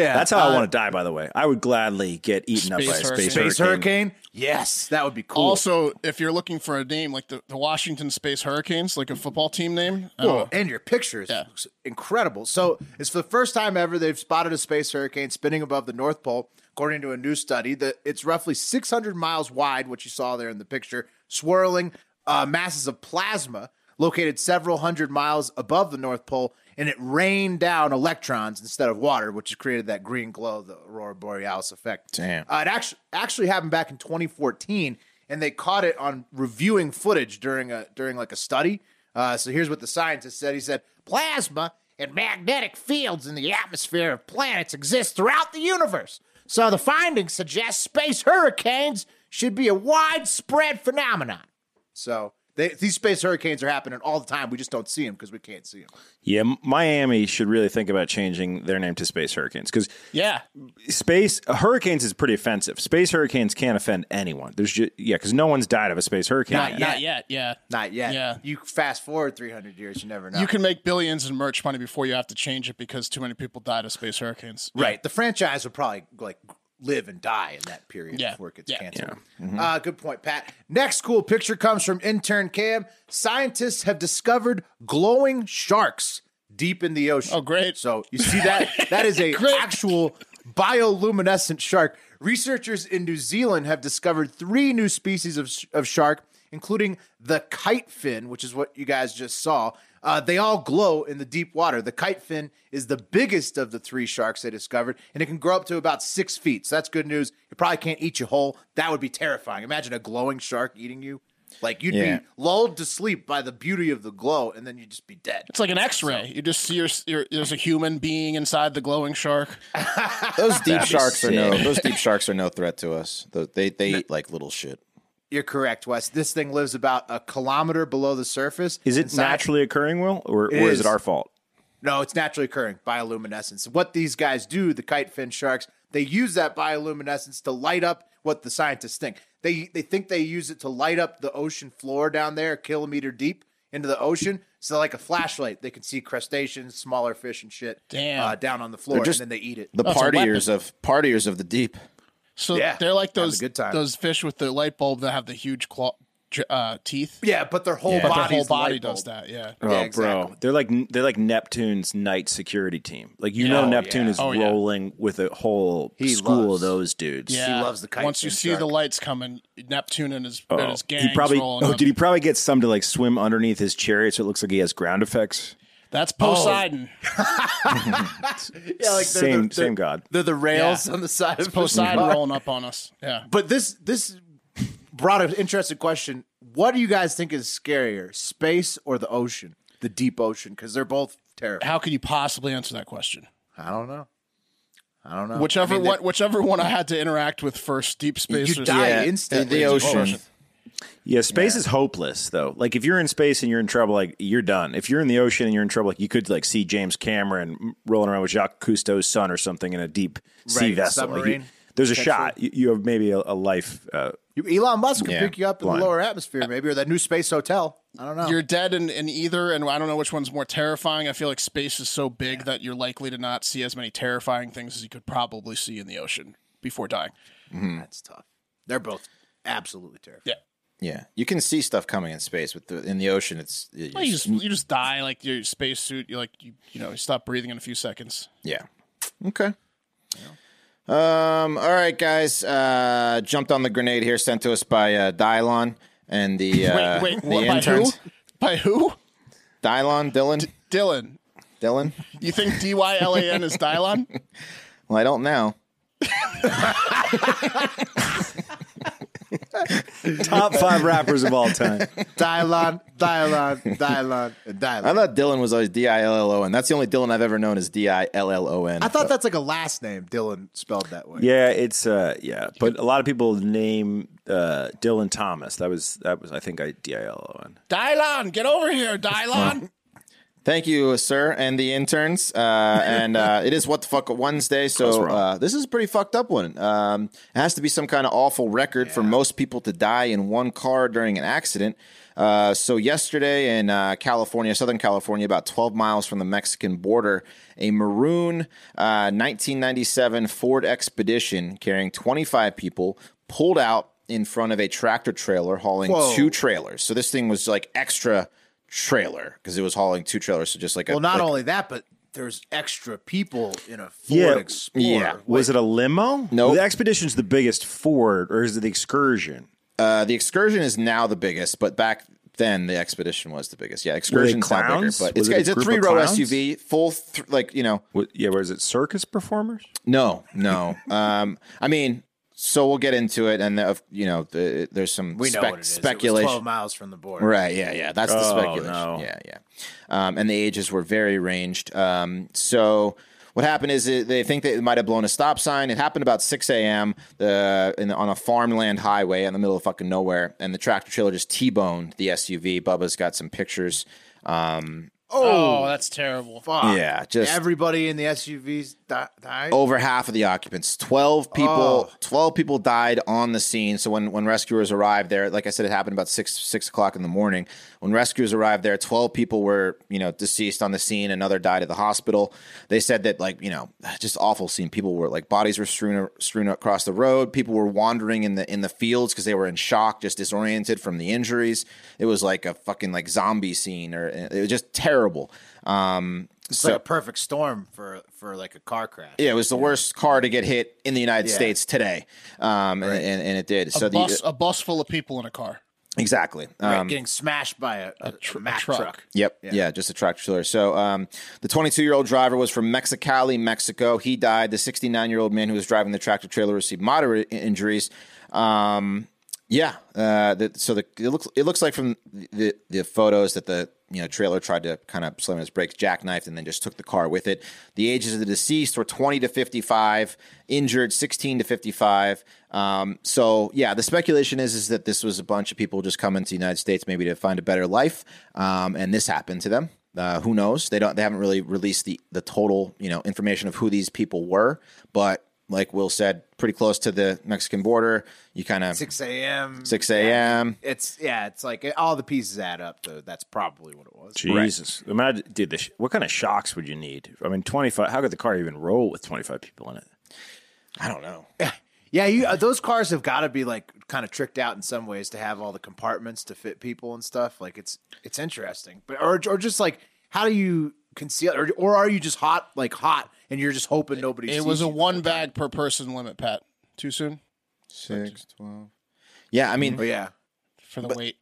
Speaker 1: Yeah.
Speaker 4: That's how I want to die. By the way, I would gladly get eaten up by
Speaker 3: Space
Speaker 4: a
Speaker 3: hurricane.
Speaker 4: space,
Speaker 1: Space
Speaker 4: hurricane.
Speaker 1: hurricane? Yes, that would be cool.
Speaker 3: Also, if you're looking for a name like the, the Washington Space Hurricanes, like a football team name, I don't
Speaker 1: Well,
Speaker 3: know.
Speaker 1: Oh, and your pictures
Speaker 3: Yeah.
Speaker 1: looks incredible. So it's for the first time ever they've spotted a space hurricane spinning above the North Pole, according to a new study. That it's roughly 600 miles wide, what you saw there in the picture, swirling uh, masses of plasma located several hundred miles above the North Pole, and it rained down electrons instead of water, which has created that green glow, the aurora borealis effect.
Speaker 2: Damn.
Speaker 1: Uh, it actually actually happened back in 2014. and they caught it on reviewing footage during a during like a study. Uh, so here's what the scientist said. He said plasma and magnetic fields in the atmosphere of planets exist throughout the universe. So the findings suggest space hurricanes should be a widespread phenomenon. So they, these space hurricanes are happening all the time. We just don't see them because we can't see them.
Speaker 4: Yeah, Miami should really think about changing their name to Space Hurricanes because
Speaker 3: Yeah.
Speaker 4: space uh, hurricanes is pretty offensive. Space hurricanes can't offend anyone. There's just yeah, because no one's died of a space hurricane.
Speaker 3: Not,
Speaker 4: yet.
Speaker 3: not yet. Yeah.
Speaker 1: Not yet.
Speaker 3: Yeah.
Speaker 1: You fast forward 300 years, you never know.
Speaker 3: You can make billions in merch money before you have to change it because too many people died of space hurricanes.
Speaker 1: right. The franchise would probably like live and die in that period
Speaker 3: Yeah.
Speaker 1: before it gets
Speaker 3: Yeah. Mm-hmm.
Speaker 1: canceled. Uh, good point, Pat. Next cool picture comes from intern Cam. Scientists have discovered glowing sharks deep in the ocean.
Speaker 3: Oh, great.
Speaker 1: So you see that? That is a
Speaker 3: Great.
Speaker 1: actual bioluminescent shark. Researchers in New Zealand have discovered three new species of, of shark, including the kite fin, which is what you guys just saw. Uh, they all glow in the deep water. The kite fin is the biggest of the three sharks they discovered, and it can grow up to about six feet. So that's good news. It probably can't eat you whole. That would be terrifying. Imagine a glowing shark eating you. Like you'd
Speaker 2: Yeah.
Speaker 1: be lulled to sleep by the beauty of the glow, and then you'd just be dead.
Speaker 3: It's like an X-ray. you just see your, your there's a human being inside the glowing shark.
Speaker 2: Those deep sharks are no.
Speaker 4: sick.
Speaker 2: Those deep sharks are no threat to us. Tho- They they eat like little shit.
Speaker 1: You're correct, Wes. This thing lives about a kilometer below the surface.
Speaker 4: Is it
Speaker 1: And sci-
Speaker 4: naturally occurring, Will, or,
Speaker 1: It
Speaker 4: or
Speaker 1: is.
Speaker 4: is it our fault?
Speaker 1: No, it's naturally occurring bioluminescence. What these guys do, the kite fin sharks, they use that bioluminescence to light up what the scientists think. They they think they use it to light up the ocean floor down there, a kilometer deep into the ocean. So like a flashlight, they can see crustaceans, smaller fish, and shit
Speaker 3: Damn.
Speaker 1: Uh, down on the floor,
Speaker 2: just-
Speaker 1: and then they eat it.
Speaker 2: The
Speaker 3: That's a
Speaker 2: partiers of partiers of the deep.
Speaker 3: So
Speaker 1: Yeah.
Speaker 3: they're like
Speaker 1: Have a
Speaker 3: those
Speaker 1: good time.
Speaker 3: those fish with the light bulb that have the huge claw j- uh, teeth.
Speaker 1: yeah, but their whole
Speaker 3: But their
Speaker 1: body's
Speaker 3: whole body
Speaker 1: light
Speaker 3: does
Speaker 1: bulb.
Speaker 3: that. Yeah.
Speaker 4: Oh,
Speaker 1: Yeah, exactly.
Speaker 4: bro, they're like they're like Neptune's night security team. Like you know,
Speaker 1: Oh,
Speaker 4: Neptune
Speaker 1: yeah.
Speaker 4: is
Speaker 3: Oh, yeah.
Speaker 4: rolling with a whole
Speaker 1: He
Speaker 4: school
Speaker 1: loves-
Speaker 4: of those dudes.
Speaker 3: Yeah.
Speaker 1: loves the kite
Speaker 3: Once you
Speaker 1: fin
Speaker 3: see the
Speaker 1: shark.
Speaker 3: lights coming, Neptune and his,
Speaker 4: Oh,
Speaker 3: and his gang
Speaker 4: he probably
Speaker 3: rolling
Speaker 4: oh,
Speaker 3: up.
Speaker 4: did he probably get some to like swim underneath his chariot so it looks like he has ground effects?
Speaker 3: That's
Speaker 1: oh,
Speaker 3: Poseidon.
Speaker 1: Yeah, like they're the,
Speaker 4: Same-
Speaker 1: they're-
Speaker 4: same god.
Speaker 1: They're the rails
Speaker 3: Yeah.
Speaker 1: on the side of the
Speaker 3: Poseidon
Speaker 1: car.
Speaker 3: rolling up on us. Yeah.
Speaker 1: But this this brought an interesting question. What do you guys think is scarier, space or the ocean, the deep ocean? Because they're both terrifying.
Speaker 3: How could you possibly answer that question?
Speaker 1: I don't know. I don't know.
Speaker 3: Whichever
Speaker 1: I mean,
Speaker 3: one, whichever one I had to interact with first, deep
Speaker 1: they-
Speaker 3: space.
Speaker 1: you
Speaker 3: or-
Speaker 1: die
Speaker 3: Yeah.
Speaker 2: The,
Speaker 1: instantly.
Speaker 2: the ocean.
Speaker 4: Yeah, space is hopeless though. Like if you're in space and you're in trouble, like you're done. If you're in the ocean and you're in trouble, like you could like see James Cameron rolling around with Jacques Cousteau's son or something in a deep sea
Speaker 1: Right,
Speaker 4: vessel. Like, you-
Speaker 1: submarine,
Speaker 4: there's a shot. You, you have maybe a, a life. Uh,
Speaker 1: You- Elon Musk could
Speaker 2: Yeah,
Speaker 1: pick you up in
Speaker 4: blind.
Speaker 1: the lower atmosphere, maybe, or that new space hotel. I don't know.
Speaker 3: You're dead in, in either, and I don't know which one's more terrifying. I feel like space is so big that you're likely to not see as many terrifying things as you could probably see in the ocean before dying.
Speaker 1: That's tough. They're both absolutely terrifying.
Speaker 3: Yeah.
Speaker 2: Yeah, you can see stuff coming in space, but the, in the ocean, it's it's-
Speaker 3: Well, you just you just die like your space suit. You like you you know you stop breathing in a few seconds.
Speaker 2: yeah. Okay. Um. All right, guys. Uh, jumped on the grenade here, sent to us by uh, Dylon and the uh,
Speaker 3: wait, wait,
Speaker 2: the
Speaker 3: what, by who?
Speaker 2: interns.
Speaker 3: By who?
Speaker 2: Dylon, Dylan,
Speaker 3: Dylan.
Speaker 2: Dylan.
Speaker 3: You think D Y L A N is Dylan?
Speaker 2: Well, I don't know.
Speaker 4: top five rappers of all time.
Speaker 1: Dylon, Dylon, Dylon, and Dylon.
Speaker 2: I thought Dylan was always D I L L O N. That's the only Dylan I've ever known is D I L L O N.
Speaker 1: I thought that's like a last name, Dylan spelled that way.
Speaker 4: Yeah, it's uh yeah, but a lot of people name uh Dylan Thomas. That was that was I think I D I L O N.
Speaker 3: Dylan, get over here, Dylan.
Speaker 2: Thank you, sir, and the interns. Uh, and uh, it is what the fuck Wednesday, so uh, this is a pretty fucked up one. Um, it has to be some kind of awful record for most people to die in one car during an accident. Uh, so yesterday in uh, California, Southern California, about 12 miles from the Mexican border, a maroon uh, 1997 Ford Expedition carrying 25 people pulled out in front of a tractor trailer hauling
Speaker 1: Whoa.
Speaker 2: two trailers. So this thing was like extra trailer because it was hauling two trailers. So just like a
Speaker 1: Well, not
Speaker 2: like-
Speaker 1: only that, but there's extra people in a Ford
Speaker 4: Yeah,
Speaker 1: Explorer.
Speaker 2: yeah.
Speaker 4: Was it a limo?
Speaker 2: Nope.
Speaker 4: The Expedition's the biggest Ford, or is it the Excursion?
Speaker 2: uh, the excursion is now the biggest, but back then the expedition was the biggest. Yeah, excursion's now bigger,
Speaker 4: clowns?
Speaker 2: but it's,
Speaker 4: Was it a
Speaker 2: it's a
Speaker 4: group of
Speaker 2: three row
Speaker 4: clowns?
Speaker 2: SUV, full th- like you know
Speaker 4: What, yeah, was it circus performers?
Speaker 2: no no. um, I mean. So we'll get into it, and uh, you know, the, there's some
Speaker 1: We know
Speaker 2: spec-
Speaker 1: what it is. It was
Speaker 2: speculation.
Speaker 1: Twelve miles from the border.
Speaker 2: Right. Yeah. Yeah. That's the
Speaker 4: Oh,
Speaker 2: speculation.
Speaker 4: no.
Speaker 2: Yeah. Yeah. Um, and the ages were very ranged. Um, so what happened is it, they think that it might have blown a stop sign. It happened about 6 a.m. The, uh, in the, on a farmland highway in the middle of fucking nowhere. And the tractor trailer just T-boned the SUV. Bubba's got some pictures. Um,
Speaker 3: Oh, that's terrible.
Speaker 1: Fuck.
Speaker 2: Yeah, just- Oh,
Speaker 1: everybody in the SUVs di- died.
Speaker 2: over half of the occupants 12
Speaker 1: Oh.
Speaker 2: people 12 people died on the scene so when, when rescuers arrived there like i said it happened about 6 6 o'clock in the morning when rescuers arrived there 12 people were you know deceased on the scene another died at the hospital they said that like you know just awful scene people were like bodies were strewn strewn across the road people were wandering in the in the fields because they were in shock just disoriented from the injuries it was like a fucking like zombie scene or it was just terrible um
Speaker 1: It's
Speaker 2: so-
Speaker 1: like a perfect storm for for like a car crash.
Speaker 2: yeah, it was the worst car to get hit in the United
Speaker 1: Yeah.
Speaker 2: States today, um, and, and, and it did. so
Speaker 3: a bus,
Speaker 2: the uh,
Speaker 3: uh, a bus full of people in a car.
Speaker 2: exactly,
Speaker 1: Right,
Speaker 2: um,
Speaker 1: getting smashed by a, a,
Speaker 3: tr-
Speaker 1: Mack
Speaker 3: truck.
Speaker 1: truck.
Speaker 2: yep, yeah. just a tractor trailer. So um, the 22 year old driver was from Mexicali, Mexico. He died. The 69 year old man who was driving the tractor trailer received moderate i- injuries. Um, yeah, uh, the, so the, it looks it looks like from the the photos that the you know trailer tried to kind of slam his brakes, jackknifed, and then just took the car with it. The ages of the deceased were 20 to 55, injured 16 to 55. Um, so yeah, the speculation is is that this was a bunch of people just coming to the United States maybe to find a better life, um, and this happened to them. Uh, who knows? They don't. They haven't really released the the total you know information of who these people were, but. Like Will said, pretty close to the Mexican border. You kind of
Speaker 1: Six a.m.
Speaker 2: 6 a.m.
Speaker 1: It's yeah. It's like all the pieces add up. Though that's probably what it was.
Speaker 4: Jesus, imagine, dude. The sh- what kind of shocks would you need? I mean, twenty five. How could the car even roll with twenty five people in it?
Speaker 2: I don't know.
Speaker 1: Yeah, you, uh, those cars have got to be like kind of tricked out in some ways to have all the compartments to fit people and stuff. Like it's it's interesting, but or or just like how do you conceal or or are you just hot like hot and you're just hoping nobody?
Speaker 3: It
Speaker 1: sees
Speaker 3: was a
Speaker 1: you?
Speaker 3: one bag per person limit, Pat. Too soon
Speaker 2: Six, twelve. Yeah, I mean,
Speaker 1: Oh, yeah.
Speaker 3: for the weight.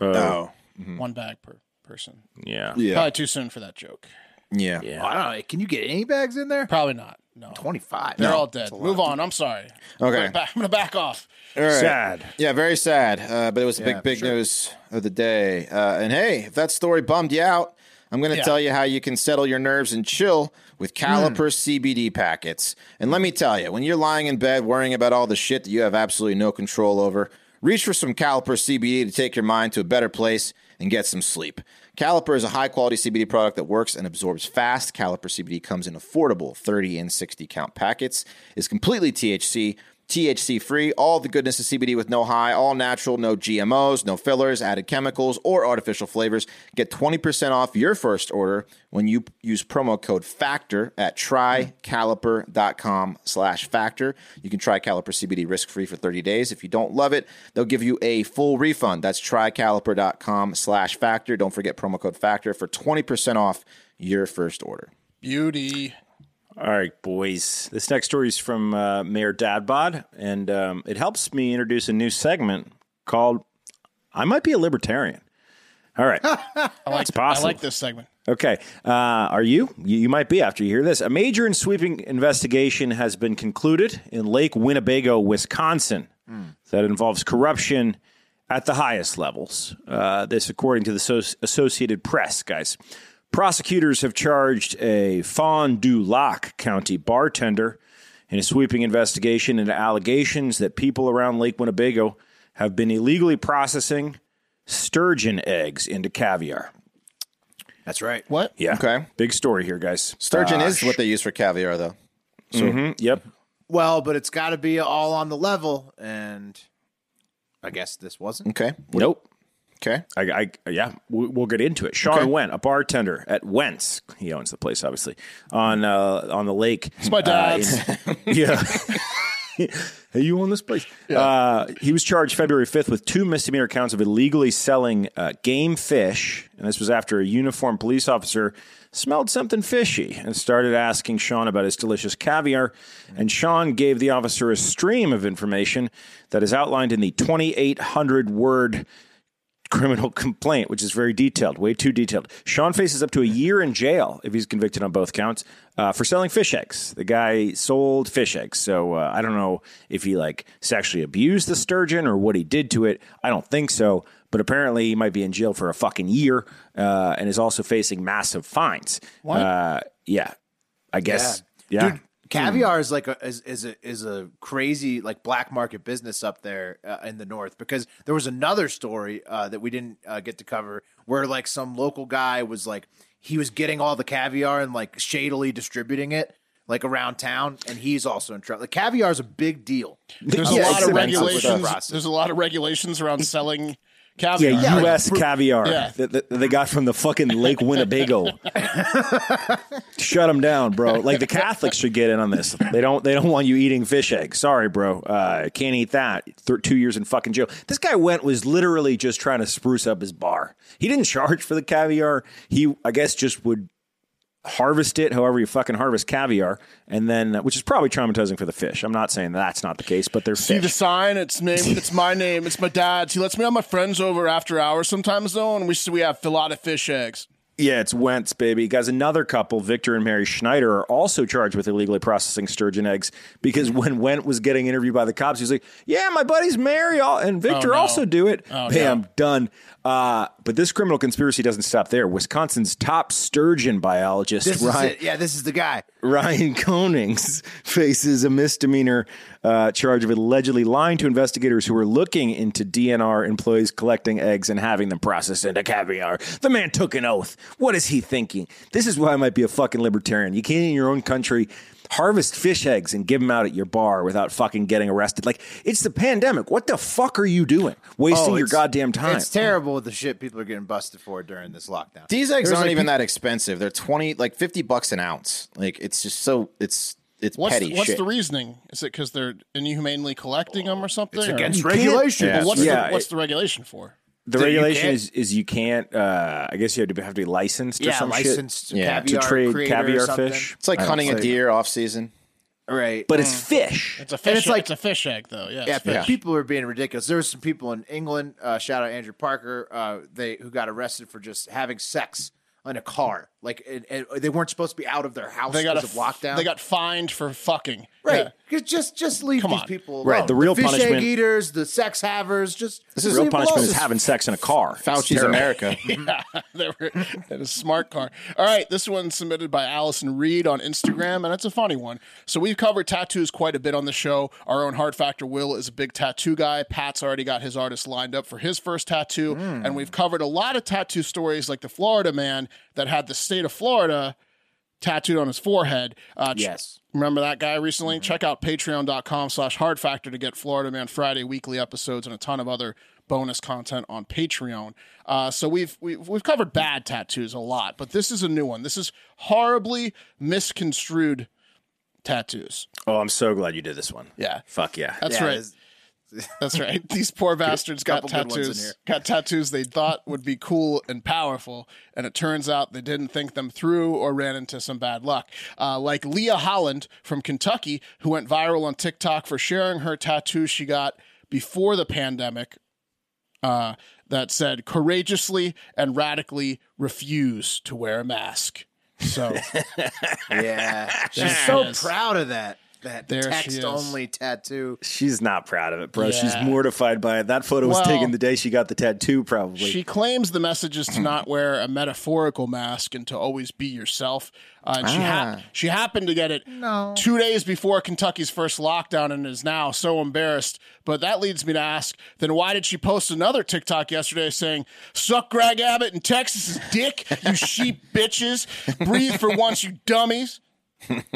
Speaker 2: oh,
Speaker 3: One bag per person.
Speaker 4: yeah.
Speaker 3: Probably too soon for that joke.
Speaker 2: yeah.
Speaker 1: Oh, I don't know. Can you get any bags in there?
Speaker 3: Probably not. No.
Speaker 1: Twenty five.
Speaker 3: They're all dead. Move on. I'm sorry.
Speaker 2: Okay.
Speaker 3: I'm going to back off.
Speaker 2: All right.
Speaker 4: Sad.
Speaker 2: Yeah, very sad. Uh, but it was
Speaker 1: Yeah,
Speaker 2: big, big news of the day. Uh, and hey, if that story bummed you out, I'm going to
Speaker 3: Yeah.
Speaker 2: tell you how you can settle your nerves and chill with Caliper CBD packets. And let me tell you, when you're lying in bed worrying about all the shit that you have absolutely no control over, reach for some Caliper CBD to take your mind to a better place and get some sleep. Caliper is a high quality CBD product that works and absorbs fast. Caliper CBD comes in affordable 30 and 60 count packets, is completely THC. THC free, all the goodness of CBD with no high, all natural, no GMOs, no fillers, added chemicals, or artificial flavors. Get 20% off your first order when you p- use promo code FACTOR at trycaliper.com slash factor. You can try Caliper CBD risk-free for 30 days. If you don't love it, they'll give you a full refund. That's trycaliper.com slash factor. Don't forget promo code FACTOR for 20% off your first order.
Speaker 3: Beauty.
Speaker 4: All right, boys. This next story is from uh, Mayor Dadbod, and um, it helps me introduce a new segment called "I Might Be a Libertarian." All right,
Speaker 3: I like, I
Speaker 4: possible.
Speaker 3: like this segment.
Speaker 4: Okay. Uh, are you? you? You might be after you hear this. A major and sweeping investigation has been concluded in Lake Winnebago, Wisconsin, that involves corruption at the highest levels. Uh, this, according to the so- Associated Press, guys. Prosecutors have charged a Fond du Lac County bartender in a sweeping investigation into allegations that people around Lake Winnebago have been illegally processing sturgeon eggs into caviar.
Speaker 1: That's right.
Speaker 3: What?
Speaker 4: Yeah.
Speaker 2: Okay.
Speaker 4: Big story here, guys.
Speaker 2: Sturgeon is what they use for caviar, though.
Speaker 4: Mm, Yep.
Speaker 1: Well, but it's got to be all on the level, and I guess this wasn't.
Speaker 2: Okay.
Speaker 4: Nope.
Speaker 2: Okay.
Speaker 4: I, I yeah, we, we'll get into it. Sean Went, a bartender at Wentz, he owns the place, obviously on uh, on the lake. It's
Speaker 3: my dad's.
Speaker 4: yeah. Hey, you own this place. Uh, he was charged February 5th with two misdemeanor counts of illegally selling uh, game fish. And this was after a uniformed police officer smelled something fishy and started asking Sean about his delicious caviar. And Sean gave the officer a stream of information that is outlined in the 2,800 word criminal complaint, which is very detailed, way too detailed. Sean faces up to a year in jail if he's convicted on both counts uh, for selling fish eggs. The guy sold fish eggs, so uh, I don't know if he like sexually abused the sturgeon or what he did to it. I don't think so, but apparently he might be in jail for a fucking year uh, and is also facing massive fines.
Speaker 3: What?
Speaker 4: Uh, yeah, I guess. Yeah.
Speaker 1: Dude,
Speaker 3: Hmm.
Speaker 1: caviar is like a is, is a is a crazy like black market business up there uh, in the north because there was another story uh, that we didn't uh, get to cover where like some local guy was like he was getting all the caviar and like shadily distributing it like around town and he's also in trouble. Like caviar is a big deal.
Speaker 3: There's a
Speaker 4: Yeah,
Speaker 3: lot
Speaker 4: it's
Speaker 3: of
Speaker 4: expensive
Speaker 3: regulations.
Speaker 1: stuff.
Speaker 3: There's a lot of regulations around selling caviar.
Speaker 4: Yeah, U.S. caviar
Speaker 3: Yeah.
Speaker 4: that, that that they got from the fucking Lake Winnebago. Shut them down, bro. Like the Catholics should get in on this. They don't. They don't want you eating fish eggs. Sorry, bro. Uh, can't eat that. Th- two years in fucking jail. This guy went was literally just trying to spruce up his bar. He didn't charge for the caviar. He, I guess, just would harvest it however you fucking harvest caviar, and then which is probably traumatizing for the fish. I'm not saying that's not the case, but they're
Speaker 3: See
Speaker 4: fish.
Speaker 3: the sign? It's name. It's my name. It's my dad's. He lets me have my friends over after hours sometimes though, and we we have a lot of fish eggs.
Speaker 4: Yeah, it's Wentz, baby. Guys, another couple, Victor and Mary Schneider, are also charged with illegally processing sturgeon eggs because
Speaker 3: Mm-hmm.
Speaker 4: when Went was getting interviewed by the cops, he was like, Yeah, my buddies Mary al- and Victor
Speaker 3: Oh, no.
Speaker 4: also do it.
Speaker 3: Oh,
Speaker 4: Bam,
Speaker 3: no.
Speaker 4: done. Uh, but this criminal conspiracy doesn't stop there. Wisconsin's top sturgeon biologist,
Speaker 1: This
Speaker 4: Ryan,
Speaker 1: is it. Yeah, this is the guy.
Speaker 4: Ryan Konings faces a misdemeanor uh, charge of allegedly lying to investigators who were looking into DNR employees collecting eggs and having them processed into caviar. The man took an oath. What is he thinking? This is why I might be a fucking libertarian. You can't in your own country harvest fish eggs and give them out at your bar without fucking getting arrested. Like it's the pandemic. What the fuck are you doing? Wasting
Speaker 1: Oh,
Speaker 4: your
Speaker 1: it's-
Speaker 4: goddamn time.
Speaker 1: It's terrible the shit people are getting busted for during this lockdown.
Speaker 2: These eggs
Speaker 1: There's,
Speaker 2: aren't
Speaker 1: like,
Speaker 2: even that expensive. They're twenty, like fifty bucks an ounce. Like it's just so it's it's
Speaker 3: What's
Speaker 2: petty
Speaker 3: the, what's
Speaker 2: shit.
Speaker 3: the reasoning? Is it because they're inhumanely collecting them or something? It's
Speaker 1: against
Speaker 3: Or,
Speaker 1: regulation.
Speaker 3: But what's
Speaker 4: Yeah,
Speaker 3: the, what's
Speaker 4: it-
Speaker 3: the regulation for?
Speaker 4: the
Speaker 1: you
Speaker 4: regulation
Speaker 1: can't-
Speaker 4: is is you can't. Uh, I guess you have to have to be licensed or
Speaker 1: Yeah,
Speaker 4: some shit.
Speaker 1: licensed
Speaker 2: Yeah, to
Speaker 4: to
Speaker 1: caviar
Speaker 4: trade
Speaker 1: creator or
Speaker 4: caviar
Speaker 1: something.
Speaker 4: fish.
Speaker 2: it's like hunting a deer off season.
Speaker 1: Right.
Speaker 4: But it's fish.
Speaker 3: It's a fish.
Speaker 1: it's
Speaker 3: egg,
Speaker 1: like-
Speaker 3: it's a fish egg though. Yeah.
Speaker 1: Yeah,
Speaker 3: it's fish.
Speaker 1: but people are being ridiculous. There were some people in England. Uh, shout out Andrew Parker. Uh, they who got arrested for just having sex in a car. Like it, it- they weren't supposed to be out of their house
Speaker 3: They got a
Speaker 1: because of lockdown.
Speaker 3: They got fined for fucking.
Speaker 1: right.
Speaker 3: Yeah.
Speaker 1: 'Cause Just just leave
Speaker 3: Come
Speaker 1: these
Speaker 3: on.
Speaker 1: people alone.
Speaker 4: Right, the real
Speaker 1: fish egg
Speaker 4: punishment-
Speaker 1: eaters, the sex havers. Just
Speaker 4: The
Speaker 1: just
Speaker 4: real
Speaker 1: leave them
Speaker 4: punishment
Speaker 1: alone.
Speaker 4: is having sex in a car.
Speaker 2: Fauci's America.
Speaker 3: they were in a smart car. All right, this one's submitted by Allison Reed on Instagram, and it's a funny one. So we've covered tattoos quite a bit on the show. Our own Heart Factor Will is a big tattoo guy. Pat's already got his artist lined up for his first tattoo, and we've covered a lot of tattoo stories, like the Florida man that had the state of Florida tattooed on his forehead. Uh, ch-
Speaker 1: Yes.
Speaker 3: Remember that guy recently? Check out patreon.com slash hard factor to get Florida Man Friday weekly episodes and a ton of other bonus content on Patreon. Uh, so we've, we've we've covered bad tattoos a lot, but this is a new one. This is horribly misconstrued tattoos.
Speaker 4: Oh, I'm so glad you did this one.
Speaker 3: Yeah.
Speaker 4: Fuck yeah.
Speaker 3: That's
Speaker 1: Yeah,
Speaker 3: right.
Speaker 1: it's-
Speaker 3: That's right. These poor bastards got
Speaker 1: Couple good ones in
Speaker 3: tattoos.
Speaker 1: here.
Speaker 3: Got tattoos they thought would be cool and powerful, and it turns out they didn't think them through or ran into some bad luck. Uh, like Leah Holland from Kentucky, who went viral on TikTok for sharing her tattoo she got before the pandemic. Uh, that said, courageously and radically refuse to wear a mask. So
Speaker 1: yeah, she's
Speaker 3: she
Speaker 1: so
Speaker 3: is.
Speaker 1: proud of that. That
Speaker 3: There she is.
Speaker 1: text only tattoo.
Speaker 4: She's not proud of it, bro. She's
Speaker 3: Yeah.
Speaker 4: mortified by it. That photo was
Speaker 3: Well-
Speaker 4: taken the day she got the tattoo, probably.
Speaker 3: She claims the message is to not wear a metaphorical mask and to always be yourself. Uh, and she, hap- she happened to get it two days before Kentucky's first lockdown and is now so embarrassed. But that leads me to ask then why did she post another TikTok yesterday saying, Suck Greg Abbott in Texas's dick, you sheep bitches. Breathe for once, you dummies.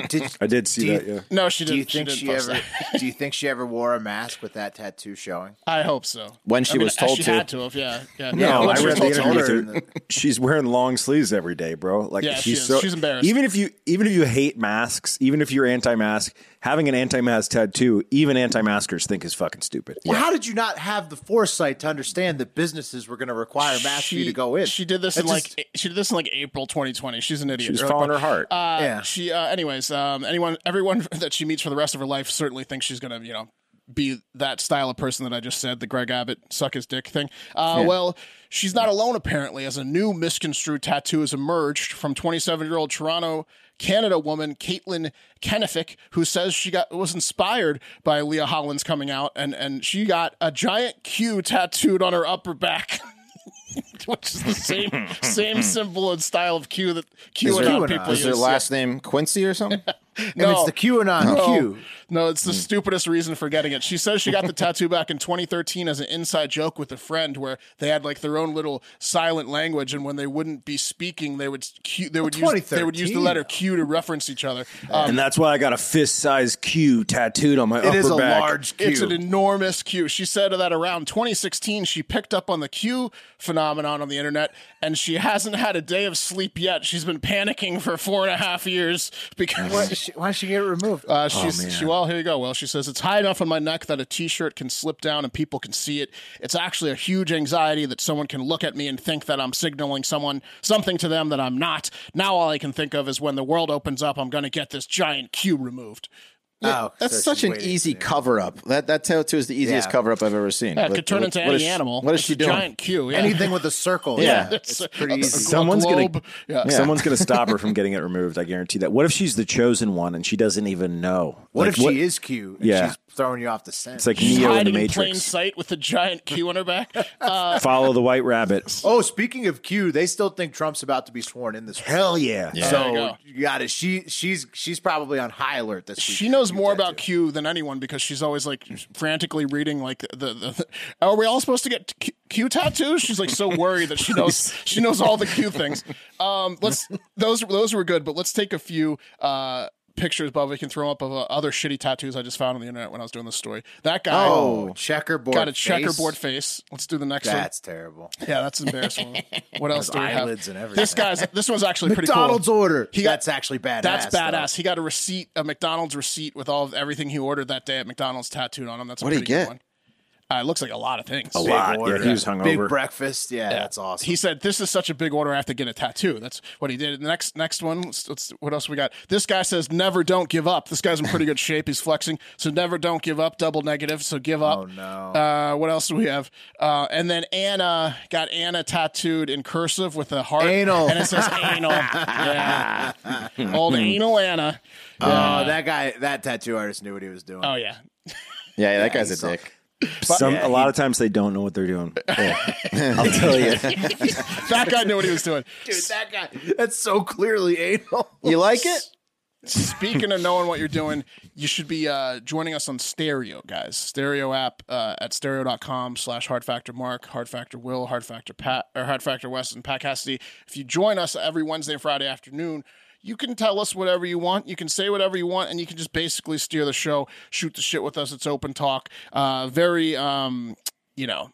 Speaker 1: Did,
Speaker 4: I did
Speaker 1: do
Speaker 4: see
Speaker 1: you-
Speaker 4: that, yeah.
Speaker 3: No, she
Speaker 1: do
Speaker 3: didn't.
Speaker 1: you think
Speaker 3: didn't
Speaker 1: she,
Speaker 3: post
Speaker 1: ever?
Speaker 3: that.
Speaker 1: do you think she ever wore a mask with that tattoo showing?
Speaker 3: I hope so.
Speaker 2: When she
Speaker 3: I mean,
Speaker 2: was told
Speaker 3: she
Speaker 2: to.
Speaker 3: had to have, yeah, yeah.
Speaker 4: No,
Speaker 3: when
Speaker 4: Oh, I
Speaker 3: she was
Speaker 4: read
Speaker 3: told
Speaker 4: the
Speaker 3: to.
Speaker 4: interview.
Speaker 1: older
Speaker 4: with her. She's wearing long sleeves every day, bro. Like
Speaker 3: Yeah,
Speaker 4: she's
Speaker 3: she is.
Speaker 4: so
Speaker 3: She's embarrassed.
Speaker 4: Even if you even if you hate masks, even if you're anti-mask, having an anti-mask tattoo, even anti-maskers think is fucking stupid.
Speaker 1: Well, how did you not have the foresight to understand that businesses were going to require masks for you to go in?
Speaker 3: She did this
Speaker 1: That
Speaker 3: in
Speaker 1: just-
Speaker 3: like she did this in like April 2020. She's an idiot.
Speaker 4: She was
Speaker 3: Really,
Speaker 4: following
Speaker 3: but,
Speaker 4: her heart.
Speaker 3: Uh,
Speaker 1: Yeah.
Speaker 3: She, uh, anyways, um, anyone, everyone that she meets for the rest of her life certainly thinks she's gonna, you know, be that style of person that I just said, the Greg Abbott suck his dick thing. Uh, Well, she's not alone, apparently, as a new misconstrued tattoo has emerged from 27 year old Toronto, Canada woman Caitlin Kenefick, who says she got was inspired by Leah Holland's coming out, and, and she got a giant Q tattooed on her upper back. Which is the same same symbol and style of Q that Q and
Speaker 1: QAnon.
Speaker 3: people
Speaker 2: Is
Speaker 3: use.
Speaker 2: their
Speaker 3: yeah.
Speaker 2: last name Quincy or something?
Speaker 1: Oh, And it's the QAnon
Speaker 3: No.
Speaker 1: Q.
Speaker 3: No, it's the stupidest reason for getting it. She says she got the tattoo back in 2013 as an inside joke with a friend, where they had like their own little silent language, and when they wouldn't be speaking, they would Q, they would use they would use the
Speaker 1: 2013.
Speaker 3: letter Q to reference each other. Um,
Speaker 4: and that's why I got a fist size Q tattooed on my
Speaker 1: It
Speaker 4: upper
Speaker 1: is a
Speaker 4: back.
Speaker 1: large Q.
Speaker 3: It's an enormous Q. She said that around 2016, she picked up on the Q phenomenon on the internet, and she hasn't had a day of sleep yet. She's been panicking for four and a half years because
Speaker 1: Why did she- why did she get it removed?
Speaker 2: Oh,
Speaker 3: Uh, she's, she, well, here you go. Well, she says it's high enough on my neck that a t-shirt can slip down and people can see it. It's actually a huge anxiety that someone can look at me and think that I'm signaling someone something to them that I'm not. Now all I can think of is when the world opens up, I'm going to get this giant cue removed.
Speaker 1: oh,
Speaker 2: That's
Speaker 1: so
Speaker 2: such
Speaker 1: she's
Speaker 2: an
Speaker 1: waiting.
Speaker 2: easy cover up. That that tattoo is the easiest
Speaker 1: Yeah.
Speaker 2: cover up I've ever seen.
Speaker 3: Yeah, it
Speaker 2: But
Speaker 3: could turn
Speaker 2: what-
Speaker 3: into
Speaker 2: what
Speaker 3: any
Speaker 2: is-
Speaker 3: animal.
Speaker 2: What is
Speaker 3: It's
Speaker 2: she
Speaker 3: a
Speaker 2: doing?
Speaker 3: Giant cue. Yeah.
Speaker 1: Anything with a circle.
Speaker 2: Yeah.
Speaker 1: Yeah.
Speaker 3: It's
Speaker 1: It's pretty
Speaker 3: a- a-
Speaker 1: easy.
Speaker 4: Someone's
Speaker 3: Globe.
Speaker 4: gonna
Speaker 3: Yeah.
Speaker 4: someone's gonna stop her from getting it removed. I guarantee that. What if she's the chosen one and she doesn't even know?
Speaker 1: What
Speaker 4: Like,
Speaker 1: if she is Q and
Speaker 4: Yeah.
Speaker 1: she's throwing you off the scent?
Speaker 4: It's like
Speaker 3: She's
Speaker 4: Neo in the
Speaker 3: hiding in plain
Speaker 4: Matrix.
Speaker 3: sight with a giant cue on her back. Uh,
Speaker 4: Follow the white rabbit.
Speaker 1: oh, speaking of Q, they still think Trump's about to be sworn in this.
Speaker 4: Hell yeah!
Speaker 3: There you go.
Speaker 1: So you got it. She she's she's probably on high alert this week.
Speaker 3: she knows
Speaker 1: Q
Speaker 3: more
Speaker 1: tattoo.
Speaker 3: about Q than anyone because she's always like frantically reading like the, the, the are we all supposed to get Q, Q tattoos? She's like so worried that she knows she knows all the Q things. Um, let's those those were good, but let's take a few uh pictures Bob we can throw up of uh, other shitty tattoos I just found on the internet when I was doing this story. That guy
Speaker 1: Oh, checkerboard.
Speaker 3: got a
Speaker 1: face?
Speaker 3: checkerboard face. Let's do the next one.
Speaker 1: That's terrible.
Speaker 3: Yeah, that's embarrassing. what else do we have?
Speaker 1: eyelids and everything.
Speaker 3: This guy's this one's actually pretty cool.
Speaker 1: McDonald's order.
Speaker 3: He got-
Speaker 1: that's actually badass.
Speaker 3: That's badass.
Speaker 1: though.
Speaker 3: He got a receipt, a McDonald's receipt with all of everything he ordered that day at McDonald's tattooed on him. That's a
Speaker 2: What'd he
Speaker 3: pretty good
Speaker 2: get?
Speaker 3: one. Uh, it looks like a lot of things.
Speaker 4: A lot.
Speaker 1: Big
Speaker 4: Yeah,
Speaker 1: order.
Speaker 4: he was hungover.
Speaker 1: Big breakfast. Yeah, that's awesome.
Speaker 3: He said, "This is such a big order. I have to get a tattoo." That's what he did. Next, next one. Let's, let's, what else we got? This guy says, "Never don't give up." This guy's in pretty good shape. He's flexing, so never don't give up. Double negative, so give up. Oh no. Uh, what else do we have? Uh, and then Anna got Anna tattooed in cursive with a heart,
Speaker 1: Anal.
Speaker 3: and it says anal. Yeah. Old anal Anna.
Speaker 1: Oh, that guy, that tattoo artist knew what he was doing.
Speaker 3: Oh yeah.
Speaker 2: Yeah, yeah, that guy's a dick.
Speaker 4: Some a lot of times they don't know what they're doing. Yeah. I'll tell you.
Speaker 3: that guy knew what he was doing.
Speaker 1: Dude, that guy, that's so clearly anal.
Speaker 2: You like it?
Speaker 3: Speaking of knowing what you're doing, you should be uh, joining us on Stereo, guys. Stereo app uh, at stereo.com slash Hard Factor Mark, Hard Factor Will, Hard Factor Pat, or Hard Factor West, and Pat Cassidy. If you join us every Wednesday and Friday afternoon, you can tell us whatever you want. You can say whatever you want, and you can just basically steer the show, shoot the shit with us. It's open talk. Uh, very, um, you know,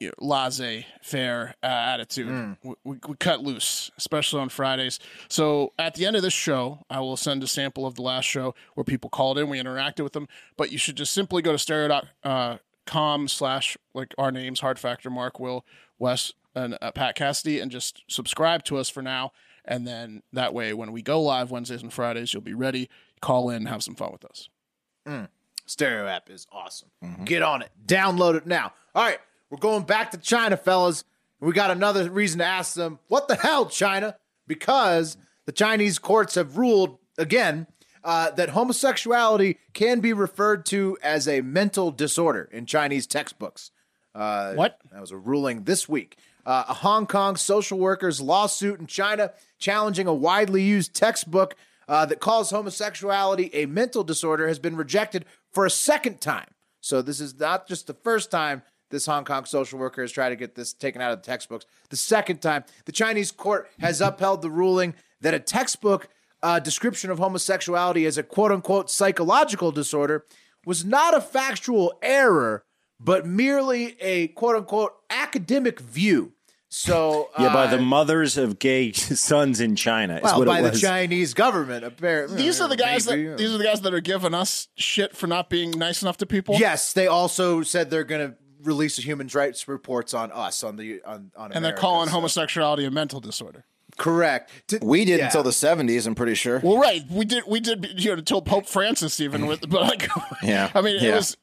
Speaker 3: you know, laissez faire uh, attitude.
Speaker 1: Hmm.
Speaker 3: We, we, we cut loose, especially on Fridays. So at the end of this show, I will send a sample of the last show where people called in. We interacted with them, but you should just simply go to stereo.com uh, com slash like our names, Hard Factor, Mark, Will, Wes, and uh, Pat Cassidy, and just subscribe to us for now. And then that way, when we go live Wednesdays and Fridays, you'll be ready. Call in, have some fun with us.
Speaker 1: Stereo app is awesome. Get on it. Download it now. All right, we're going back to China, fellas. We got another reason to ask them, what the hell, China? Because the Chinese courts have ruled again uh, that homosexuality can be referred to as a mental disorder in Chinese textbooks. Uh,
Speaker 3: What?
Speaker 1: That was a ruling this week. Uh, a Hong Kong social workers lawsuit in China challenging a widely used textbook uh, that calls homosexuality a mental disorder has been rejected for a second time. So this is not just the first time this Hong Kong social worker has tried to get this taken out of the textbooks. The second time, the Chinese court has upheld the ruling that a textbook uh, description of homosexuality as a quote unquote psychological disorder was not a factual error, but merely a quote unquote academic view. So,
Speaker 4: Yeah, by
Speaker 1: uh,
Speaker 4: the mothers of gay sons in China is
Speaker 1: well,
Speaker 4: what
Speaker 1: by
Speaker 4: it
Speaker 1: the
Speaker 4: was.
Speaker 1: Chinese government, apparently.
Speaker 3: These are the guys
Speaker 1: Maybe, uh,
Speaker 3: that
Speaker 1: yeah.
Speaker 3: these are the guys that are giving us shit for not being nice enough to people.
Speaker 1: Yes, they also said they're going to release human rights reports on us on the on on
Speaker 3: and they're
Speaker 1: America,
Speaker 3: calling
Speaker 1: so-
Speaker 3: homosexuality a mental disorder.
Speaker 1: Correct. Did-
Speaker 2: We did
Speaker 1: Yeah.
Speaker 2: until the seventies. I'm pretty sure.
Speaker 3: Well, right, we did we did you know until Pope Francis even with but like
Speaker 2: Yeah.
Speaker 3: I mean it
Speaker 2: Yeah.
Speaker 3: was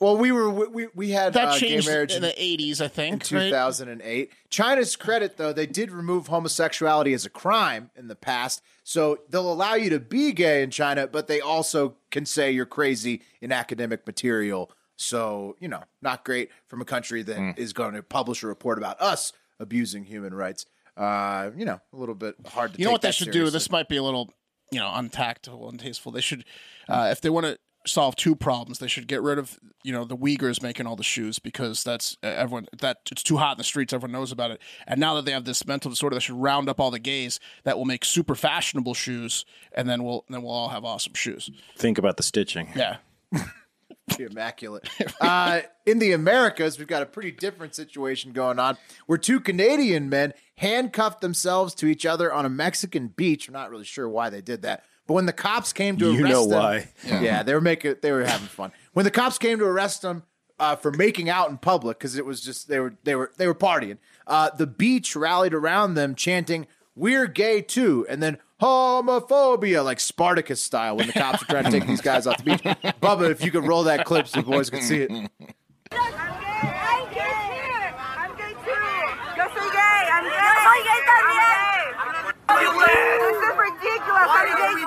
Speaker 1: Well, we were we- we, we had
Speaker 3: that
Speaker 1: uh, gay
Speaker 3: changed
Speaker 1: marriage
Speaker 3: in the eighties I think right?
Speaker 1: 2008. China's credit, though, they did remove homosexuality as a crime in the past. So they'll allow you to be gay in China, but they also can say you're crazy in academic material. So, you know, not great from a country that is going to publish a report about us abusing human rights. Uh, you know, a little bit hard to
Speaker 3: You know
Speaker 1: take
Speaker 3: what they
Speaker 1: that
Speaker 3: should do?
Speaker 1: seriously.
Speaker 3: This might be a little, you know, untactful and tasteful. They should, uh, if they want to solve two problems, they should get rid of, you know, the Uyghurs making all the shoes because that's uh, everyone that it's too hot in the streets. Everyone knows about it. And now that they have this mental disorder, they should round up all the gays that will make super fashionable shoes, and then we'll then we'll all have awesome shoes.
Speaker 4: Think about the stitching.
Speaker 3: Yeah.
Speaker 1: be immaculate. Uh, in the Americas, we've got a pretty different situation going on where two Canadian men handcuffed themselves to each other on a Mexican beach. I'm not really sure why they did that. But when the cops came to
Speaker 4: You
Speaker 1: arrest
Speaker 4: know
Speaker 1: them,
Speaker 4: why.
Speaker 1: Yeah. they were making they were having fun. When the cops came to arrest them uh, for making out in public because it was just they were they were they were partying. Uh, the beach rallied around them chanting "We're gay too" and then homophobia like Spartacus style when the cops were trying to take these guys off the beach. Bubba, if you could roll that clip so the boys can see it.
Speaker 6: I'm gay. I'm gay. I'm gay too. Yo soy gay. I'm gay. Yo soy gay también. This is ridiculous. I'm gay too.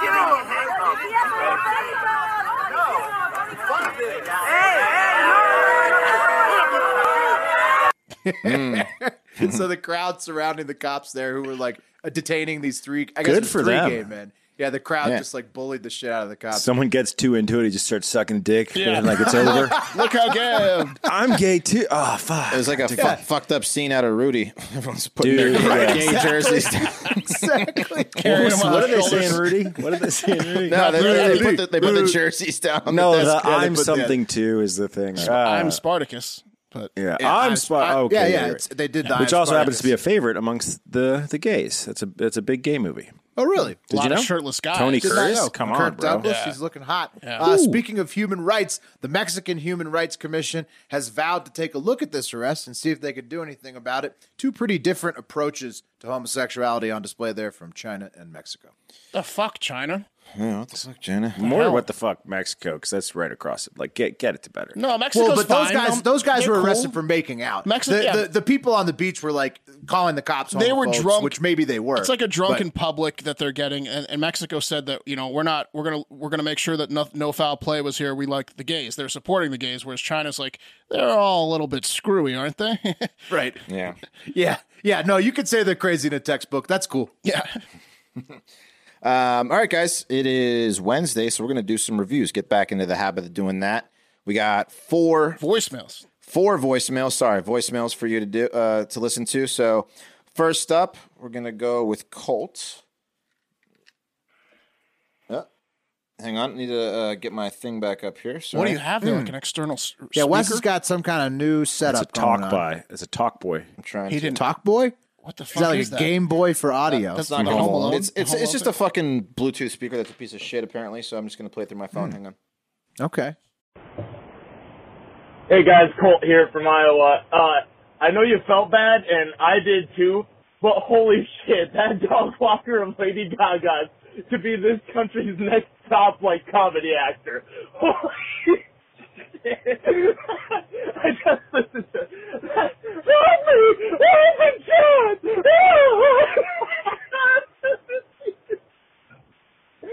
Speaker 6: Hey, hey,
Speaker 1: so the crowd surrounding the cops there who were like uh, detaining these three. I guess
Speaker 4: Good
Speaker 1: it was
Speaker 4: for
Speaker 1: three
Speaker 4: them.
Speaker 1: gay men. Yeah, the crowd
Speaker 2: Yeah.
Speaker 1: just like bullied the shit out of the cops.
Speaker 4: Someone gets too into it, he just starts sucking dick,
Speaker 3: Yeah.
Speaker 4: and like it's over.
Speaker 3: Look how gay I am.
Speaker 4: I'm gay too. Oh fuck!
Speaker 2: It was like a fu- fucked up scene out of Rudy. Everyone's putting
Speaker 4: Dude,
Speaker 2: their
Speaker 4: yeah.
Speaker 2: gay jerseys. down.
Speaker 1: exactly.
Speaker 3: Carrying them on
Speaker 4: what are
Speaker 3: their
Speaker 4: they
Speaker 3: shoulders.
Speaker 4: saying, Rudy? What are they saying, Rudy?
Speaker 2: No, they, they,
Speaker 1: Rudy.
Speaker 2: put the, they put the jerseys down. on
Speaker 4: no,
Speaker 2: the desk.
Speaker 4: the
Speaker 2: Yeah, they
Speaker 4: I'm
Speaker 2: put the-
Speaker 4: something too is the thing. Uh,
Speaker 3: I'm Spartacus, but
Speaker 4: yeah, I'm spot. Okay,
Speaker 1: yeah, yeah.
Speaker 4: you're
Speaker 1: it's- They did
Speaker 4: right.
Speaker 1: die.
Speaker 4: Which
Speaker 1: in
Speaker 4: also happens
Speaker 1: Spartacus.
Speaker 4: to be a favorite amongst the the gays. That's a that's a big gay movie.
Speaker 1: Oh, really?
Speaker 3: a lot
Speaker 4: you
Speaker 3: of
Speaker 4: know?
Speaker 3: shirtless guys.
Speaker 4: Tony
Speaker 1: Did
Speaker 4: Curtis?
Speaker 1: not
Speaker 4: Chris?
Speaker 1: know.
Speaker 4: Come
Speaker 1: Kirk
Speaker 4: on, bro.
Speaker 1: Douglas,
Speaker 3: Yeah.
Speaker 1: he's looking hot. Uh, speaking of human rights, the Mexican Human Rights Commission has vowed to take a look at this arrest and see if they could do anything about it. Two pretty different approaches to homosexuality on display there from China and Mexico.
Speaker 3: the fuck China?
Speaker 2: Yeah, what the fuck, Jenna?
Speaker 4: More
Speaker 3: hell?
Speaker 4: what the fuck Mexico? Because that's right across it. Like get get it to better.
Speaker 3: No, Mexico's
Speaker 1: Well, but those
Speaker 3: fine.
Speaker 1: guys,
Speaker 3: Um,
Speaker 1: those guys
Speaker 3: they're
Speaker 1: were
Speaker 3: cool.
Speaker 1: arrested for making out.
Speaker 3: Mexi-
Speaker 1: the,
Speaker 3: yeah.
Speaker 1: the, the people on the beach were like calling the cops.
Speaker 3: They were
Speaker 1: homophobes,
Speaker 3: drunk.
Speaker 1: which maybe they were.
Speaker 3: It's like a drunken
Speaker 1: But
Speaker 3: public that they're getting, and, and Mexico said that you know we're not we're gonna we're gonna make sure that no, no foul play was here. We like the gays; they're supporting the gays, whereas China's like they're all a little bit screwy, aren't they?
Speaker 1: right.
Speaker 2: Yeah.
Speaker 1: Yeah, yeah. No, you could say they're crazy in a textbook. That's cool.
Speaker 3: yeah,
Speaker 2: Um, all right, guys, it is Wednesday, so we're gonna do some reviews. Get back into the habit of doing that. We got four
Speaker 3: voicemails.
Speaker 2: four voicemails. Sorry, voicemails for you to do uh, to listen to. So first up, we're gonna go with Colt. Uh, hang on, need to uh, get my thing back up here. Sorry.
Speaker 3: What do you have there? Like
Speaker 4: Hmm.
Speaker 3: an external s-
Speaker 1: Yeah, Wes has
Speaker 3: speaker?
Speaker 1: got some kind of new
Speaker 4: It's
Speaker 1: setup.
Speaker 4: a talk
Speaker 1: going on.
Speaker 4: by. It's a talk boy.
Speaker 2: I'm trying.
Speaker 3: He
Speaker 2: to-
Speaker 3: didn't.
Speaker 1: Talk Boy. Is
Speaker 3: What the fuck
Speaker 1: that like
Speaker 3: is
Speaker 1: a
Speaker 3: that?
Speaker 1: Game Boy for audio?
Speaker 3: That's
Speaker 2: It's
Speaker 3: not
Speaker 2: not
Speaker 3: Home
Speaker 2: Home
Speaker 3: Alone.
Speaker 2: Alone. It's it's,
Speaker 3: Home
Speaker 2: it's just
Speaker 3: Alone.
Speaker 2: a fucking Bluetooth speaker that's a piece of shit apparently. So I'm just gonna play it through my phone. Hang on.
Speaker 1: okay.
Speaker 7: Hey guys, Colt here from Iowa. Uh, I know you felt bad, and I did too, but holy shit, that dog walker of Lady Gaga's to be this country's next top like comedy actor. Holy shit. I just listened to Help me! Help me, Chad! Please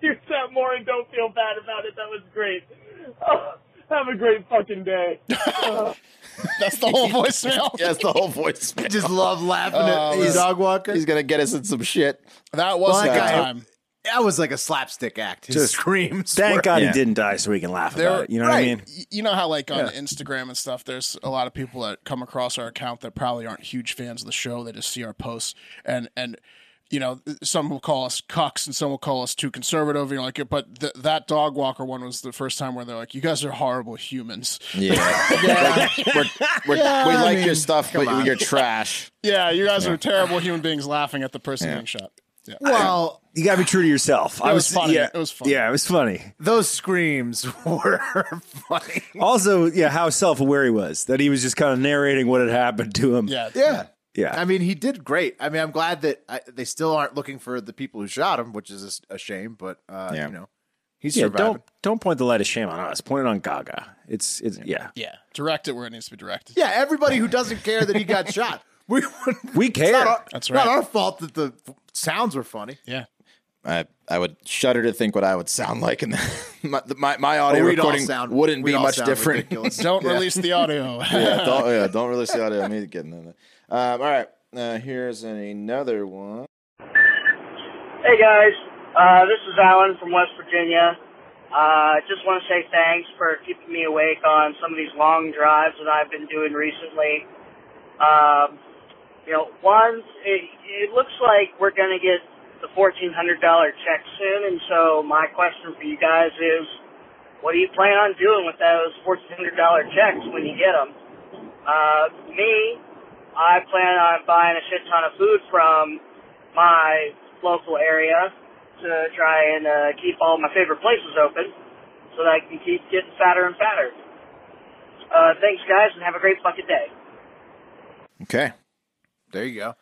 Speaker 7: use that more and don't feel bad about it. That was great. Oh, have a great fucking day.
Speaker 3: That's the whole voicemail.
Speaker 2: That's the whole voice.
Speaker 1: I just love laughing at the dog walker.
Speaker 2: He's gonna get us in some shit.
Speaker 3: That was
Speaker 1: Well,
Speaker 3: the
Speaker 1: that guy-
Speaker 3: time.
Speaker 1: That was like a slapstick act. His
Speaker 4: Just-
Speaker 1: screams. were-
Speaker 4: Thank God
Speaker 2: Yeah.
Speaker 4: he didn't die, so we can laugh
Speaker 3: There-
Speaker 4: about it. You know what I mean?
Speaker 3: Y- You know how like on Instagram and stuff, there's a lot of people that come across our account that probably aren't huge fans of the show. They just see our posts and and you know some will call us cucks and some will call us too conservative. You know, like but th- that dog walker one was the first time where they're like, "You guys are horrible humans."
Speaker 2: Yeah, We're- we're- we
Speaker 1: I
Speaker 2: like
Speaker 1: mean,
Speaker 2: your stuff, but
Speaker 1: on.
Speaker 2: you're trash.
Speaker 3: Yeah, you guys are terrible human beings laughing at the person being shot. Yeah.
Speaker 1: Well,
Speaker 4: You gotta be true to yourself. I
Speaker 3: was funny.
Speaker 4: Yeah,
Speaker 3: It was funny.
Speaker 4: Yeah, it was funny.
Speaker 1: those screams were funny.
Speaker 4: Also, yeah, how self aware he was that he was just kind of narrating what had happened to him.
Speaker 3: Yeah.
Speaker 1: Yeah.
Speaker 4: Yeah.
Speaker 1: I mean, he did great. I mean, I'm glad that I, they still aren't looking for the people who shot him, which is a s- a, shame. But uh,
Speaker 2: Yeah.
Speaker 1: you know, he's
Speaker 4: yeah,
Speaker 1: surviving.
Speaker 4: don't don't point the light of shame on us. Point it on Gaga. It's it's yeah.
Speaker 3: Yeah. Direct it where it needs to be directed.
Speaker 1: Yeah, everybody who doesn't care that he got shot. We
Speaker 4: We
Speaker 1: it's
Speaker 4: care.
Speaker 1: not our,
Speaker 3: That's
Speaker 1: it's Not
Speaker 3: right.
Speaker 1: our fault that the f- sounds were funny.
Speaker 3: Yeah.
Speaker 2: I, I would shudder to think what I would sound like, and my, my my audio
Speaker 1: But Oh, we'd all
Speaker 2: recording
Speaker 1: sound-
Speaker 2: wouldn't
Speaker 1: we'd
Speaker 2: be
Speaker 1: all
Speaker 2: much
Speaker 1: sound
Speaker 2: different.
Speaker 1: ridiculous.
Speaker 3: Don't release the audio.
Speaker 2: yeah, don't yeah, don't really see audio. I need to get in there. Um, all right, uh, here's another one.
Speaker 8: Hey guys, uh, this is Alan from West Virginia. Uh, just want to say thanks for keeping me awake on some of these long drives that I've been doing recently. Um, you know, one, it, it looks like we're going to get the $1,400 check soon, and so my question for you guys is, what do you plan on doing with those $1,400 checks when you get them? Uh, me, I plan on buying a shit ton of food from my local area to try and uh, keep all my favorite places open so that I can keep getting fatter and fatter. Uh, thanks, guys, and have a great fucking day.
Speaker 2: Okay,
Speaker 1: There you go.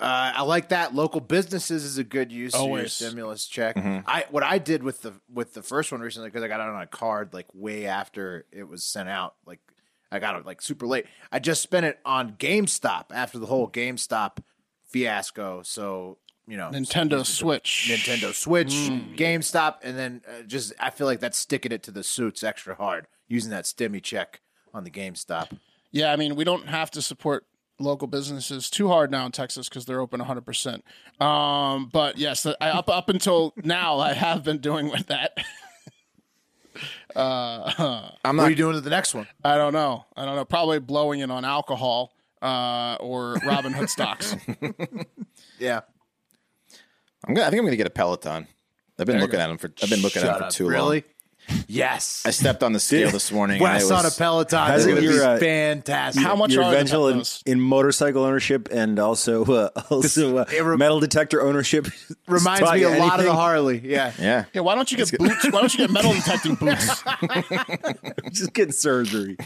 Speaker 1: Uh, I like that. Local businesses is a good use of your
Speaker 3: Always.
Speaker 1: stimulus check.
Speaker 2: Mm-hmm.
Speaker 1: I what I did with the with the first one recently because I got it on a card like way after it was sent out. Like I got it like super late. I just spent it on GameStop after the whole GameStop fiasco. So you know,
Speaker 3: Nintendo Mm. Switch.
Speaker 1: Nintendo Switch, GameStop, and then uh, just I feel like that's sticking it to the suits extra hard using that stimmy check on the GameStop.
Speaker 3: Yeah, I mean, we don't have to support local businesses too hard now in Texas because they're open 100%. Um, but yes, I, up up until now, I have been doing with that.
Speaker 2: I'm
Speaker 1: What are
Speaker 2: not.
Speaker 1: you doing to the next one?
Speaker 3: I don't know. I don't know. Probably blowing it on alcohol uh, or Robin Hood stocks.
Speaker 1: Yeah,
Speaker 2: I'm gonna, I think I'm gonna get a Peloton. I've been looking at them for. I've been looking at
Speaker 1: Shut
Speaker 2: them for
Speaker 1: up,
Speaker 2: too long.
Speaker 1: really. Yes,
Speaker 2: I stepped on the scale this morning. and
Speaker 1: Wes
Speaker 2: it
Speaker 1: on
Speaker 2: was,
Speaker 1: a Peloton. That's
Speaker 4: How's it
Speaker 1: gonna
Speaker 4: your,
Speaker 1: be
Speaker 4: uh,
Speaker 1: fantastic.
Speaker 3: How much
Speaker 4: Your
Speaker 3: are the
Speaker 4: eventual in,
Speaker 3: Pelos?
Speaker 4: in motorcycle ownership and also uh, also uh,
Speaker 1: re-
Speaker 4: metal detector ownership
Speaker 1: reminds
Speaker 4: Taught
Speaker 1: me
Speaker 4: you
Speaker 1: a lot of the
Speaker 4: anything?
Speaker 1: Harley? Yeah,
Speaker 2: Yeah,
Speaker 3: Yeah, why don't you get boots? Why don't you get metal detecting boots?
Speaker 4: Just get surgery.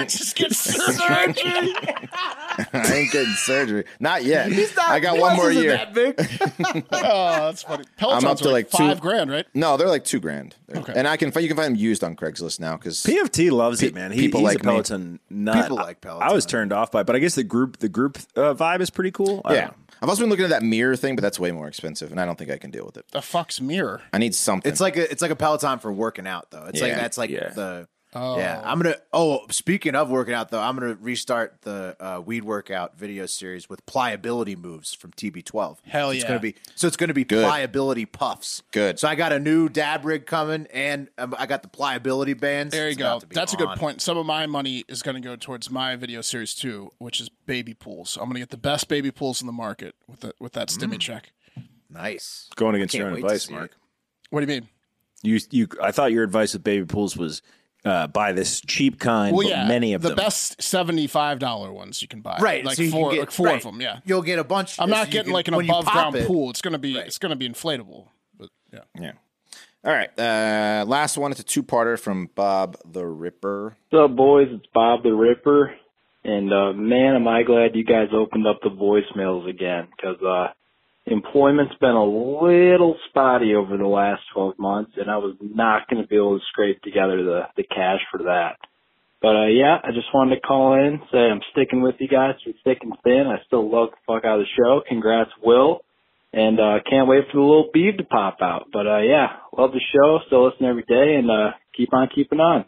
Speaker 3: Just get surgery.
Speaker 2: I ain't getting surgery. Not yet. I got
Speaker 1: Wes
Speaker 2: one more
Speaker 1: isn't
Speaker 2: year.
Speaker 1: that big.
Speaker 3: Oh, that's funny.
Speaker 2: up
Speaker 3: Pelotons are
Speaker 2: to, like,
Speaker 3: like,
Speaker 2: two-
Speaker 3: five grand, right?
Speaker 2: No, they're like two grand. Okay. And I can find you can find them used on Craigslist now because
Speaker 4: PFT loves it, man. He,
Speaker 2: people
Speaker 4: he's
Speaker 2: like
Speaker 4: a
Speaker 2: me.
Speaker 4: Peloton nut.
Speaker 1: People like
Speaker 4: I- I
Speaker 1: Peloton.
Speaker 4: was turned off by, it, but I guess the group the group uh, vibe is pretty cool. I
Speaker 2: yeah,
Speaker 4: don't know.
Speaker 2: I've also been looking at that mirror thing, but that's way more expensive, and I don't think I can deal with it.
Speaker 3: The fuck's mirror.
Speaker 2: I need something.
Speaker 1: It's like a, it's like a Peloton for working out though. It's like
Speaker 2: Yeah.
Speaker 1: that's like
Speaker 4: Yeah.
Speaker 1: the yeah. I'm gonna oh speaking of working out though, I'm gonna restart the uh, weed workout video series with pliability moves from TB12.
Speaker 3: Hell
Speaker 1: It's
Speaker 3: yeah.
Speaker 1: gonna be so it's gonna be
Speaker 2: Good.
Speaker 1: pliability puffs.
Speaker 2: Good.
Speaker 1: So I got a new dab rig coming, and um, I got the pliability bands.
Speaker 3: There you
Speaker 1: It's
Speaker 3: go.
Speaker 1: about to be
Speaker 3: That's a
Speaker 1: on.
Speaker 3: good point. Some of my money is going to go towards my video series too, which is baby pools. I'm going to get the best baby pools in the market with the, with that stimmy
Speaker 1: Mm.
Speaker 3: check.
Speaker 1: Nice.
Speaker 4: Going against your
Speaker 1: Can't
Speaker 4: own
Speaker 1: wait to
Speaker 4: advice,
Speaker 1: see it.
Speaker 4: Mark.
Speaker 3: What do you mean?
Speaker 4: You you. I thought your advice with baby pools was uh, buy this cheap kind,
Speaker 3: Well,
Speaker 4: but
Speaker 3: yeah,
Speaker 4: many of
Speaker 3: the
Speaker 4: them.
Speaker 3: best seventy five dollar ones you can buy.
Speaker 1: Right.
Speaker 3: like
Speaker 1: so you can
Speaker 3: four,
Speaker 1: get-
Speaker 3: like four
Speaker 1: right.
Speaker 3: of them. Yeah,
Speaker 1: You'll get a bunch.
Speaker 3: I'm
Speaker 1: so
Speaker 3: not
Speaker 1: you
Speaker 3: getting
Speaker 1: can-
Speaker 3: like an
Speaker 1: when you
Speaker 3: above
Speaker 1: pop
Speaker 3: ground
Speaker 1: it-
Speaker 3: pool. It's gonna be it's gonna be inflatable. But yeah,
Speaker 2: yeah. All right. Uh, last one. It's a two parter from Bob the Ripper.
Speaker 9: What's up, boys? It's Bob the Ripper. And, uh, man, am I glad you guys opened up the voicemails again because, uh, employment's been a little spotty over the last 12 months and I was not going to be able to scrape together the, the cash for that. But, uh, yeah, I just wanted to call in, say I'm sticking with you guys through thick and thin. I still love the fuck out of the show. Congrats, Will. And, uh, can't wait for the little bead to pop out. But, uh, yeah, love the show. Still listen every day and, uh, keep on keeping on.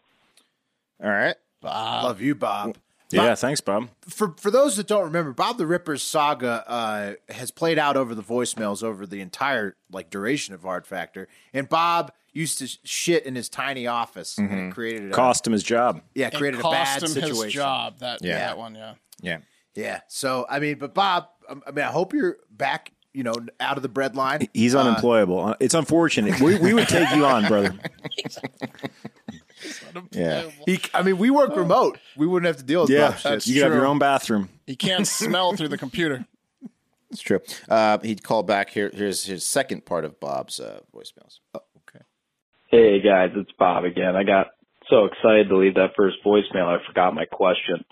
Speaker 2: All right.
Speaker 1: Love you, Bob.
Speaker 4: yeah, thanks, Bob.
Speaker 1: for for those that don't remember, Bob the Ripper's saga uh, has played out over the voicemails over the entire like duration of Hard Factor, and Bob used to sh- shit in his tiny office,
Speaker 2: Mm-hmm.
Speaker 1: and it created a,
Speaker 4: Cost him his job.
Speaker 1: yeah
Speaker 3: It
Speaker 1: created a
Speaker 3: cost
Speaker 1: bad
Speaker 3: him
Speaker 1: situation.
Speaker 3: his job. That
Speaker 2: Yeah.
Speaker 3: that one. Yeah,
Speaker 2: Yeah.
Speaker 1: Yeah, so I mean, but Bob, um, I mean, I hope you're back, you know, out of the breadline.
Speaker 4: He's unemployable. Uh, it's unfortunate. we, we would take you on, brother.
Speaker 1: Oh,
Speaker 3: um,
Speaker 2: Yeah.
Speaker 1: He, I mean, we work remote; we wouldn't have to deal with
Speaker 4: Yeah,
Speaker 1: Bob shit.
Speaker 4: you could have your own bathroom.
Speaker 3: you can't smell through the computer.
Speaker 2: It's true. Uh, he'd call back. Here, here's his second part of Bob's uh, voicemails.
Speaker 9: Oh, Hey guys, it's Bob again. I got so excited to leave that first voicemail, I forgot my question.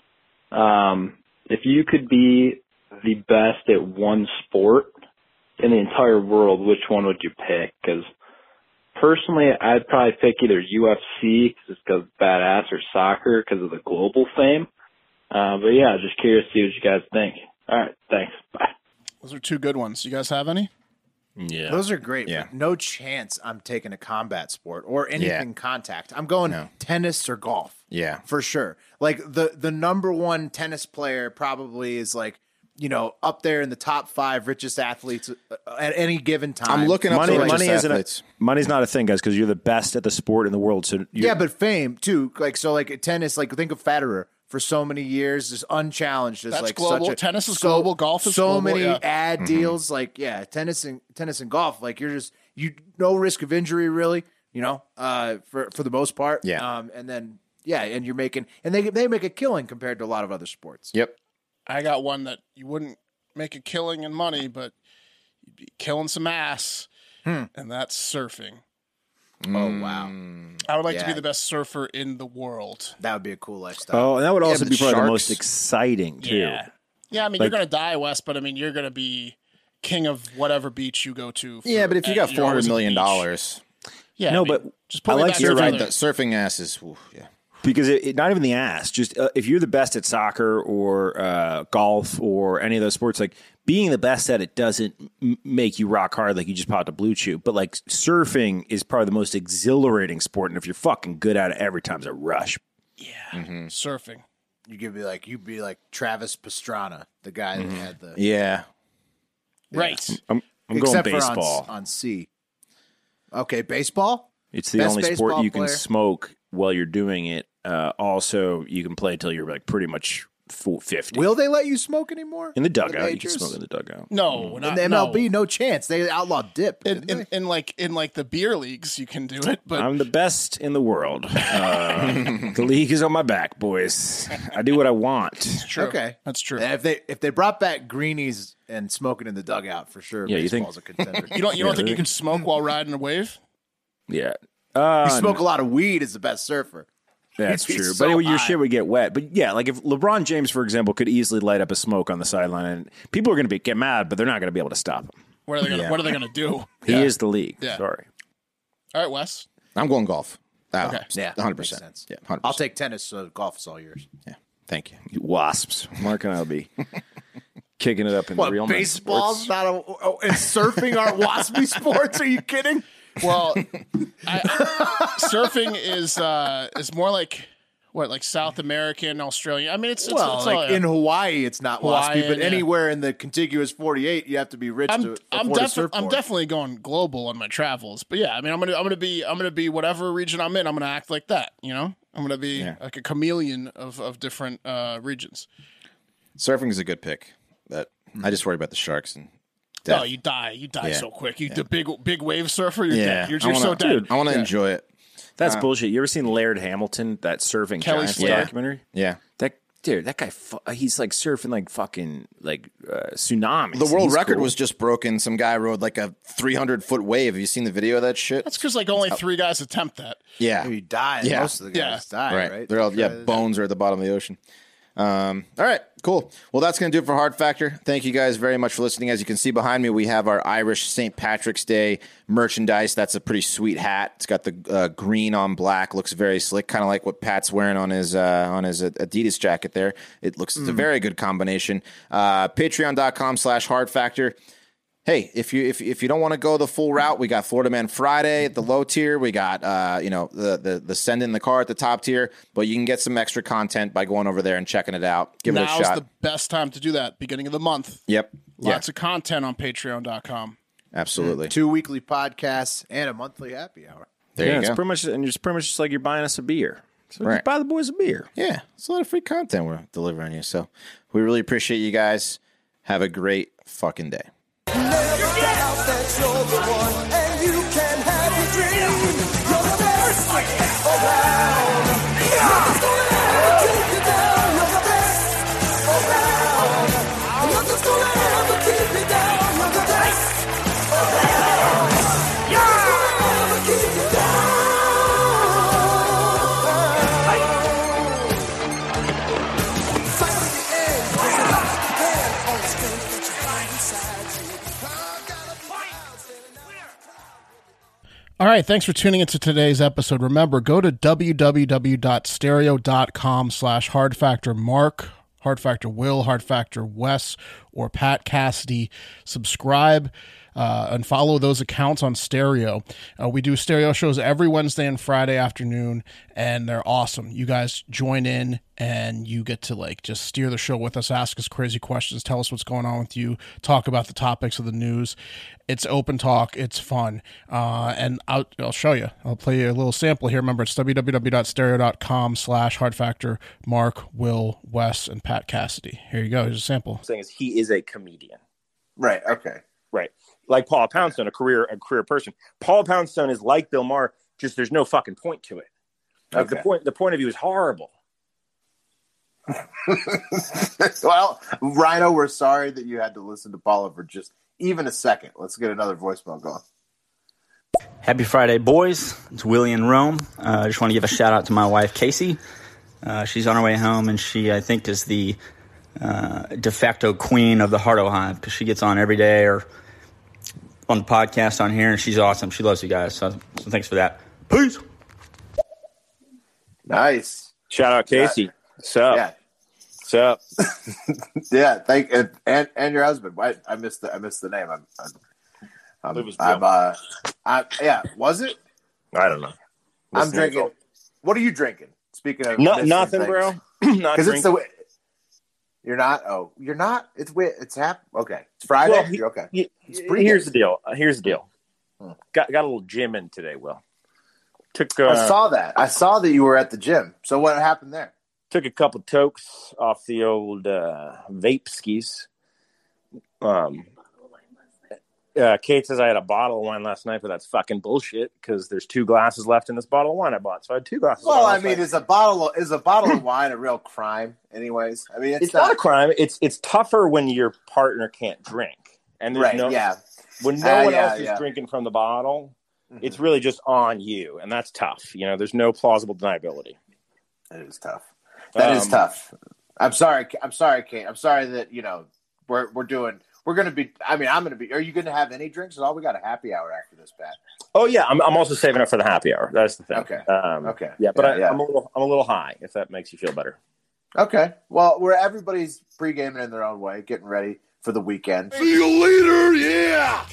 Speaker 9: Um, if you could be the best at one sport in the entire world, which one would you pick? Because personally, I'd probably pick either UFC because it's 'cause it's badass or soccer because of the global fame. Uh, but yeah, just curious to see what you guys think. All right, thanks.
Speaker 3: Those are two good ones. You guys have any?
Speaker 4: Yeah.
Speaker 1: Those are great.
Speaker 3: Yeah.
Speaker 1: but No chance I'm taking a combat sport or anything contact. I'm going tennis or golf.
Speaker 2: Yeah.
Speaker 1: For sure. Like the the number one tennis player probably is like, you know, up there in the top 5 richest athletes uh, at any given time.
Speaker 4: money.
Speaker 1: like-
Speaker 4: money isn't a, money's not a thing, guys, because you're the best at the sport in the world. So you,
Speaker 1: yeah, but fame too. Like so, like tennis. Like think of Federer for so many years, just unchallenged. As
Speaker 3: That's
Speaker 1: like
Speaker 3: global.
Speaker 1: Such a,
Speaker 3: Tennis is
Speaker 1: so-
Speaker 3: global. Golf is
Speaker 1: so
Speaker 3: global,
Speaker 1: many
Speaker 3: yeah.
Speaker 1: ad
Speaker 3: Mhm.
Speaker 1: deals. Like yeah, tennis and tennis and golf. Like you're just you no risk of injury really. You know, uh, for for the most part.
Speaker 2: Yeah.
Speaker 1: Um, and then yeah, and you're making and they they make a killing compared to a lot of other sports.
Speaker 2: Yep.
Speaker 3: I got one that you wouldn't make a killing in money, but you'd be killing some ass,
Speaker 2: Hmm.
Speaker 3: and that's surfing.
Speaker 1: Oh wow.
Speaker 3: I would like to be
Speaker 1: Yeah.
Speaker 3: the best surfer in the world.
Speaker 1: That would be a cool lifestyle.
Speaker 4: oh, and that would
Speaker 3: Yeah,
Speaker 4: also
Speaker 3: but
Speaker 4: be probably the
Speaker 3: sharks-
Speaker 4: most exciting too.
Speaker 3: Yeah. Yeah, I mean,
Speaker 4: Like-
Speaker 3: you're going to die, Wes, but I mean, you're going to be king of whatever beach you go to. for-
Speaker 2: Yeah, but if you
Speaker 3: and
Speaker 2: got
Speaker 3: you're
Speaker 2: four
Speaker 3: always
Speaker 2: hundred
Speaker 3: at the
Speaker 2: million
Speaker 3: beach.
Speaker 2: dollars,
Speaker 3: Yeah,
Speaker 4: No,
Speaker 3: I mean,
Speaker 4: but
Speaker 3: just
Speaker 4: I
Speaker 3: put it
Speaker 4: like
Speaker 3: back
Speaker 4: your
Speaker 3: to
Speaker 4: right
Speaker 3: the-
Speaker 2: the surfing ass is oof, yeah.
Speaker 4: because it, it- not even the ass just uh, if you're the best at soccer or uh, golf or any of those sports like being the best at it doesn't m- make you rock hard like you just popped a blue chew but like surfing is probably the most exhilarating sport and if you're fucking good at it every time's a rush
Speaker 3: surfing.
Speaker 1: You could be like you'd be like Travis Pastrana, the guy
Speaker 3: Mm-hmm.
Speaker 1: that had the
Speaker 2: Yeah.
Speaker 3: Right.
Speaker 4: I'm, I'm going
Speaker 1: Except for
Speaker 4: baseball.
Speaker 1: on, on C. Okay, baseball.
Speaker 4: It's the
Speaker 1: Best
Speaker 4: only sport
Speaker 1: baseball
Speaker 4: you can
Speaker 1: player.
Speaker 4: smoke while you're doing it. Uh, also, you can play till you're like pretty much full fifty.
Speaker 1: Will they let you smoke anymore
Speaker 4: in the dugout, you can
Speaker 1: majors?
Speaker 4: smoke in the dugout.
Speaker 3: No,
Speaker 4: Hmm.
Speaker 3: we're
Speaker 1: In
Speaker 3: not.
Speaker 1: the
Speaker 3: Uh, no.
Speaker 1: MLB, no chance. They outlawed dip.
Speaker 3: In, in, in like in like the beer leagues, you can do it, but
Speaker 4: I'm the best in the world. Uh, the league is on my back, boys. I do what I want.
Speaker 3: true.
Speaker 1: Okay,
Speaker 3: that's true.
Speaker 1: And if they if they brought back greenies and smoking in the dugout for sure,
Speaker 4: Yeah, you think-
Speaker 1: baseball's a contender.
Speaker 3: You don't you don't
Speaker 4: Yeah,
Speaker 3: think you
Speaker 4: they-
Speaker 3: can smoke while riding a wave?
Speaker 4: Yeah. Uh,
Speaker 1: you smoke a lot of weed as the best surfer.
Speaker 4: That's
Speaker 1: He'd be
Speaker 4: true.
Speaker 1: so
Speaker 4: but it, your
Speaker 1: high.
Speaker 4: shit would get wet. But yeah, like if LeBron James, for example, could easily light up a smoke on the sideline, and people are going to be get mad, but they're not going to be able to stop him.
Speaker 3: What are they gonna
Speaker 2: Yeah.
Speaker 3: What are they gonna do?
Speaker 4: He is the league.
Speaker 3: Yeah.
Speaker 4: Sorry.
Speaker 3: All right, Wes.
Speaker 2: I'm going golf. Uh,
Speaker 3: Okay.
Speaker 1: Yeah,
Speaker 2: hundred
Speaker 1: makes
Speaker 2: percent.
Speaker 1: sense.
Speaker 2: Yeah, hundred
Speaker 1: I'll
Speaker 2: percent.
Speaker 1: take tennis. So golf is all yours.
Speaker 2: Thank you.
Speaker 4: Wasps. Mark and I'll be kicking it up in
Speaker 1: What
Speaker 4: the real men's
Speaker 1: baseball's
Speaker 4: sports.
Speaker 1: not a oh, and surfing aren't waspy sports? Are you kidding?
Speaker 3: Well, I, surfing is uh is more like what like South American, Australian. I mean, it's, it's
Speaker 1: well,
Speaker 3: it's all,
Speaker 1: like
Speaker 3: yeah.
Speaker 1: in Hawaii, it's not waspy,
Speaker 3: Hawaii,
Speaker 1: but
Speaker 3: yeah.
Speaker 1: anywhere in the contiguous 48, you have to be rich to
Speaker 3: I'm
Speaker 1: afford
Speaker 3: I'm,
Speaker 1: a
Speaker 3: defi-
Speaker 1: surfboard.
Speaker 3: I'm definitely going global on my travels, but yeah, I mean, I'm gonna I'm gonna be I'm gonna be whatever region I'm in. I'm gonna act like that, you know. I'm gonna be
Speaker 2: Yeah.
Speaker 3: like a chameleon of of different uh, regions.
Speaker 2: Surfing is a good pick. That
Speaker 3: Hmm.
Speaker 2: I just worry about the sharks and
Speaker 3: No,
Speaker 2: death.
Speaker 3: Oh, you die. You die
Speaker 2: Yeah.
Speaker 3: so quick. You the big big wave surfer. You're dead. You're,
Speaker 2: I
Speaker 3: you're
Speaker 2: wanna-
Speaker 3: so dead.
Speaker 2: I want to enjoy it.
Speaker 4: That's bullshit. You ever seen Laird Hamilton, that surfing
Speaker 3: Kelly
Speaker 4: Giants
Speaker 3: Slater.
Speaker 4: documentary?
Speaker 2: Yeah.
Speaker 4: That dude, that guy, fu- he's like surfing like fucking like uh, tsunamis.
Speaker 2: The world
Speaker 4: He's
Speaker 2: record
Speaker 4: cool.
Speaker 2: was just broken. Some guy rode like a 300 foot wave. Have you seen the video of that shit?
Speaker 3: That's because like only three guys attempt that.
Speaker 2: yeah.
Speaker 1: You die.
Speaker 2: Yeah.
Speaker 1: Most of the guys die, right?
Speaker 2: right. They're all yeah, bones are at the bottom of the ocean. Um, all right, cool. Well, that's going to do it for Hard Factor. Thank you guys very much for listening. As you can see behind me, we have our Irish St. Patrick's Day merchandise. That's a pretty sweet hat. It's got the uh, green on black. Looks very slick, kind of like what Pat's wearing on his uh, on his Adidas jacket. There, it looks it's a very good combination. Uh, Patreon.com/slash Hard Factor. Hey, if you if, if you don't want to go the full route, we got Florida Man Friday at the low tier. We got uh, you know the, the the send in the car at the top tier, but you can get some extra content by going over there and checking it out. Give
Speaker 3: Now's
Speaker 2: it a shot.
Speaker 3: the best time to do that. Beginning of the month.
Speaker 2: yep.
Speaker 3: Lots of content on Patreon.com.
Speaker 2: yeah, absolutely.
Speaker 4: Mm,
Speaker 1: Two weekly podcasts and a monthly happy hour.
Speaker 2: There
Speaker 4: yeah,
Speaker 2: you
Speaker 4: it's
Speaker 2: go.
Speaker 4: pretty much, and it's pretty much just like you're buying us a beer. So
Speaker 2: Right.
Speaker 4: just buy the boys a beer.
Speaker 2: yeah, it's a lot of free content we're delivering you. So we really appreciate you guys. Have a great fucking day.
Speaker 6: Never doubt that you're the one, and you can have your dream. You're the best around. Take you down. You're the best around. Nothing's gonna ever keep you down. You're the best around. Nothing's gonna ever keep you down. Fight to the end. There's a lot you can on the screen.
Speaker 3: right, thanks for tuning into today's episode. Remember, go to www.stereo.com slash hard factor mark, hard factor will, hard factor wes, or Pat Cassidy. Subscribe uh, and follow those accounts on stereo. Uh, we do stereo shows every Wednesday and Friday afternoon, and they're awesome. You guys join in and you get to like just steer the show with us, ask us crazy questions, tell us what's going on with you, talk about the topics of the news. It's open talk, it's fun. Uh, and I'll, I'll show you. I'll play you a little sample here. Remember, it's www.stereo.com slash hard factor Mark, Will, Wes, and Pat Cassidy. Here you go. Here's a sample.
Speaker 4: Thing is, he is a comedian.
Speaker 1: Right. Okay.
Speaker 4: Right. Like Paul Poundstone, a career a career person. Paul Poundstone is like Bill Maher, just there's no fucking point to it. Like the
Speaker 1: Okay.
Speaker 4: point the point of view is horrible.
Speaker 1: well, Rhino, we're sorry that you had to listen to Paula for just even a second. Let's get another voicemail going.
Speaker 10: Happy Friday, boys. It's Willie in Rome. Uh, I just want to give a shout out to my wife, Casey. Uh, she's on her way home, and she, I think, is the uh, de facto queen of the Hardo Hive because she gets on every day or on the podcast on here, and she's awesome. She loves you guys. So, so thanks for that. Peace.
Speaker 1: Nice.
Speaker 4: Shout out Casey. What's up?
Speaker 1: Yeah.
Speaker 4: What's up?
Speaker 1: yeah. Thank and and, and your husband. I, I missed the I missed the name. I'm. I'm I'm,
Speaker 4: It was Bill.
Speaker 1: I'm uh, I, yeah. Was it?
Speaker 4: I don't know.
Speaker 1: I'm
Speaker 4: Listen,
Speaker 1: drinking. What are you drinking? Speaking of
Speaker 4: No-
Speaker 1: missing
Speaker 4: nothing,
Speaker 1: things.
Speaker 4: bro. Not
Speaker 1: Because it's the.
Speaker 4: drinking.
Speaker 1: way- You're not. Oh, you're not. It's wi- it's hap. Okay, it's Friday.
Speaker 4: Well, he-
Speaker 1: You're okay.
Speaker 4: he-
Speaker 1: It's
Speaker 4: he- here's the deal. Uh, Here's the deal. Got got a little gym in today, Will. Took uh,
Speaker 1: I saw that. I saw that you were at the gym. So what happened there?
Speaker 4: took a couple tokes off the old uh, vape skis. Um, uh, Kate says I had a bottle of wine last night, but that's fucking bullshit because there's two glasses left in this bottle of wine I bought. So I had two glasses. of
Speaker 1: Well,
Speaker 4: wine
Speaker 1: I
Speaker 4: last
Speaker 1: mean,
Speaker 4: night.
Speaker 1: is a bottle of, is a bottle of wine a real crime? Anyways, I mean, it's,
Speaker 4: it's, not, a crime. It's it's tougher when your partner can't drink, and there's
Speaker 1: Right,
Speaker 4: no
Speaker 1: yeah.
Speaker 4: when no
Speaker 1: Ah,
Speaker 4: one
Speaker 1: yeah,
Speaker 4: else is
Speaker 1: yeah. Mm-hmm.
Speaker 4: drinking from the bottle. It's really just on you, and that's tough. You know, there's no plausible deniability.
Speaker 1: It is tough. That is
Speaker 4: Um,
Speaker 1: tough. I'm sorry. I'm sorry, Kate. I'm sorry that you know we're we're doing. We're gonna be. I mean, I'm gonna be. Are you gonna have any drinks at all? We got a happy hour after this, Pat.
Speaker 4: Oh yeah, I'm, I'm also saving it for the happy hour. That's the thing.
Speaker 1: Okay.
Speaker 4: Um,
Speaker 1: Okay.
Speaker 4: Yeah, but
Speaker 1: Yeah,
Speaker 4: I,
Speaker 1: yeah.
Speaker 4: I'm a little I'm a little high. If that makes you feel better.
Speaker 1: Okay. Well, where everybody's pre-gaming in their own way, getting ready for the weekend.
Speaker 11: See you later, yeah!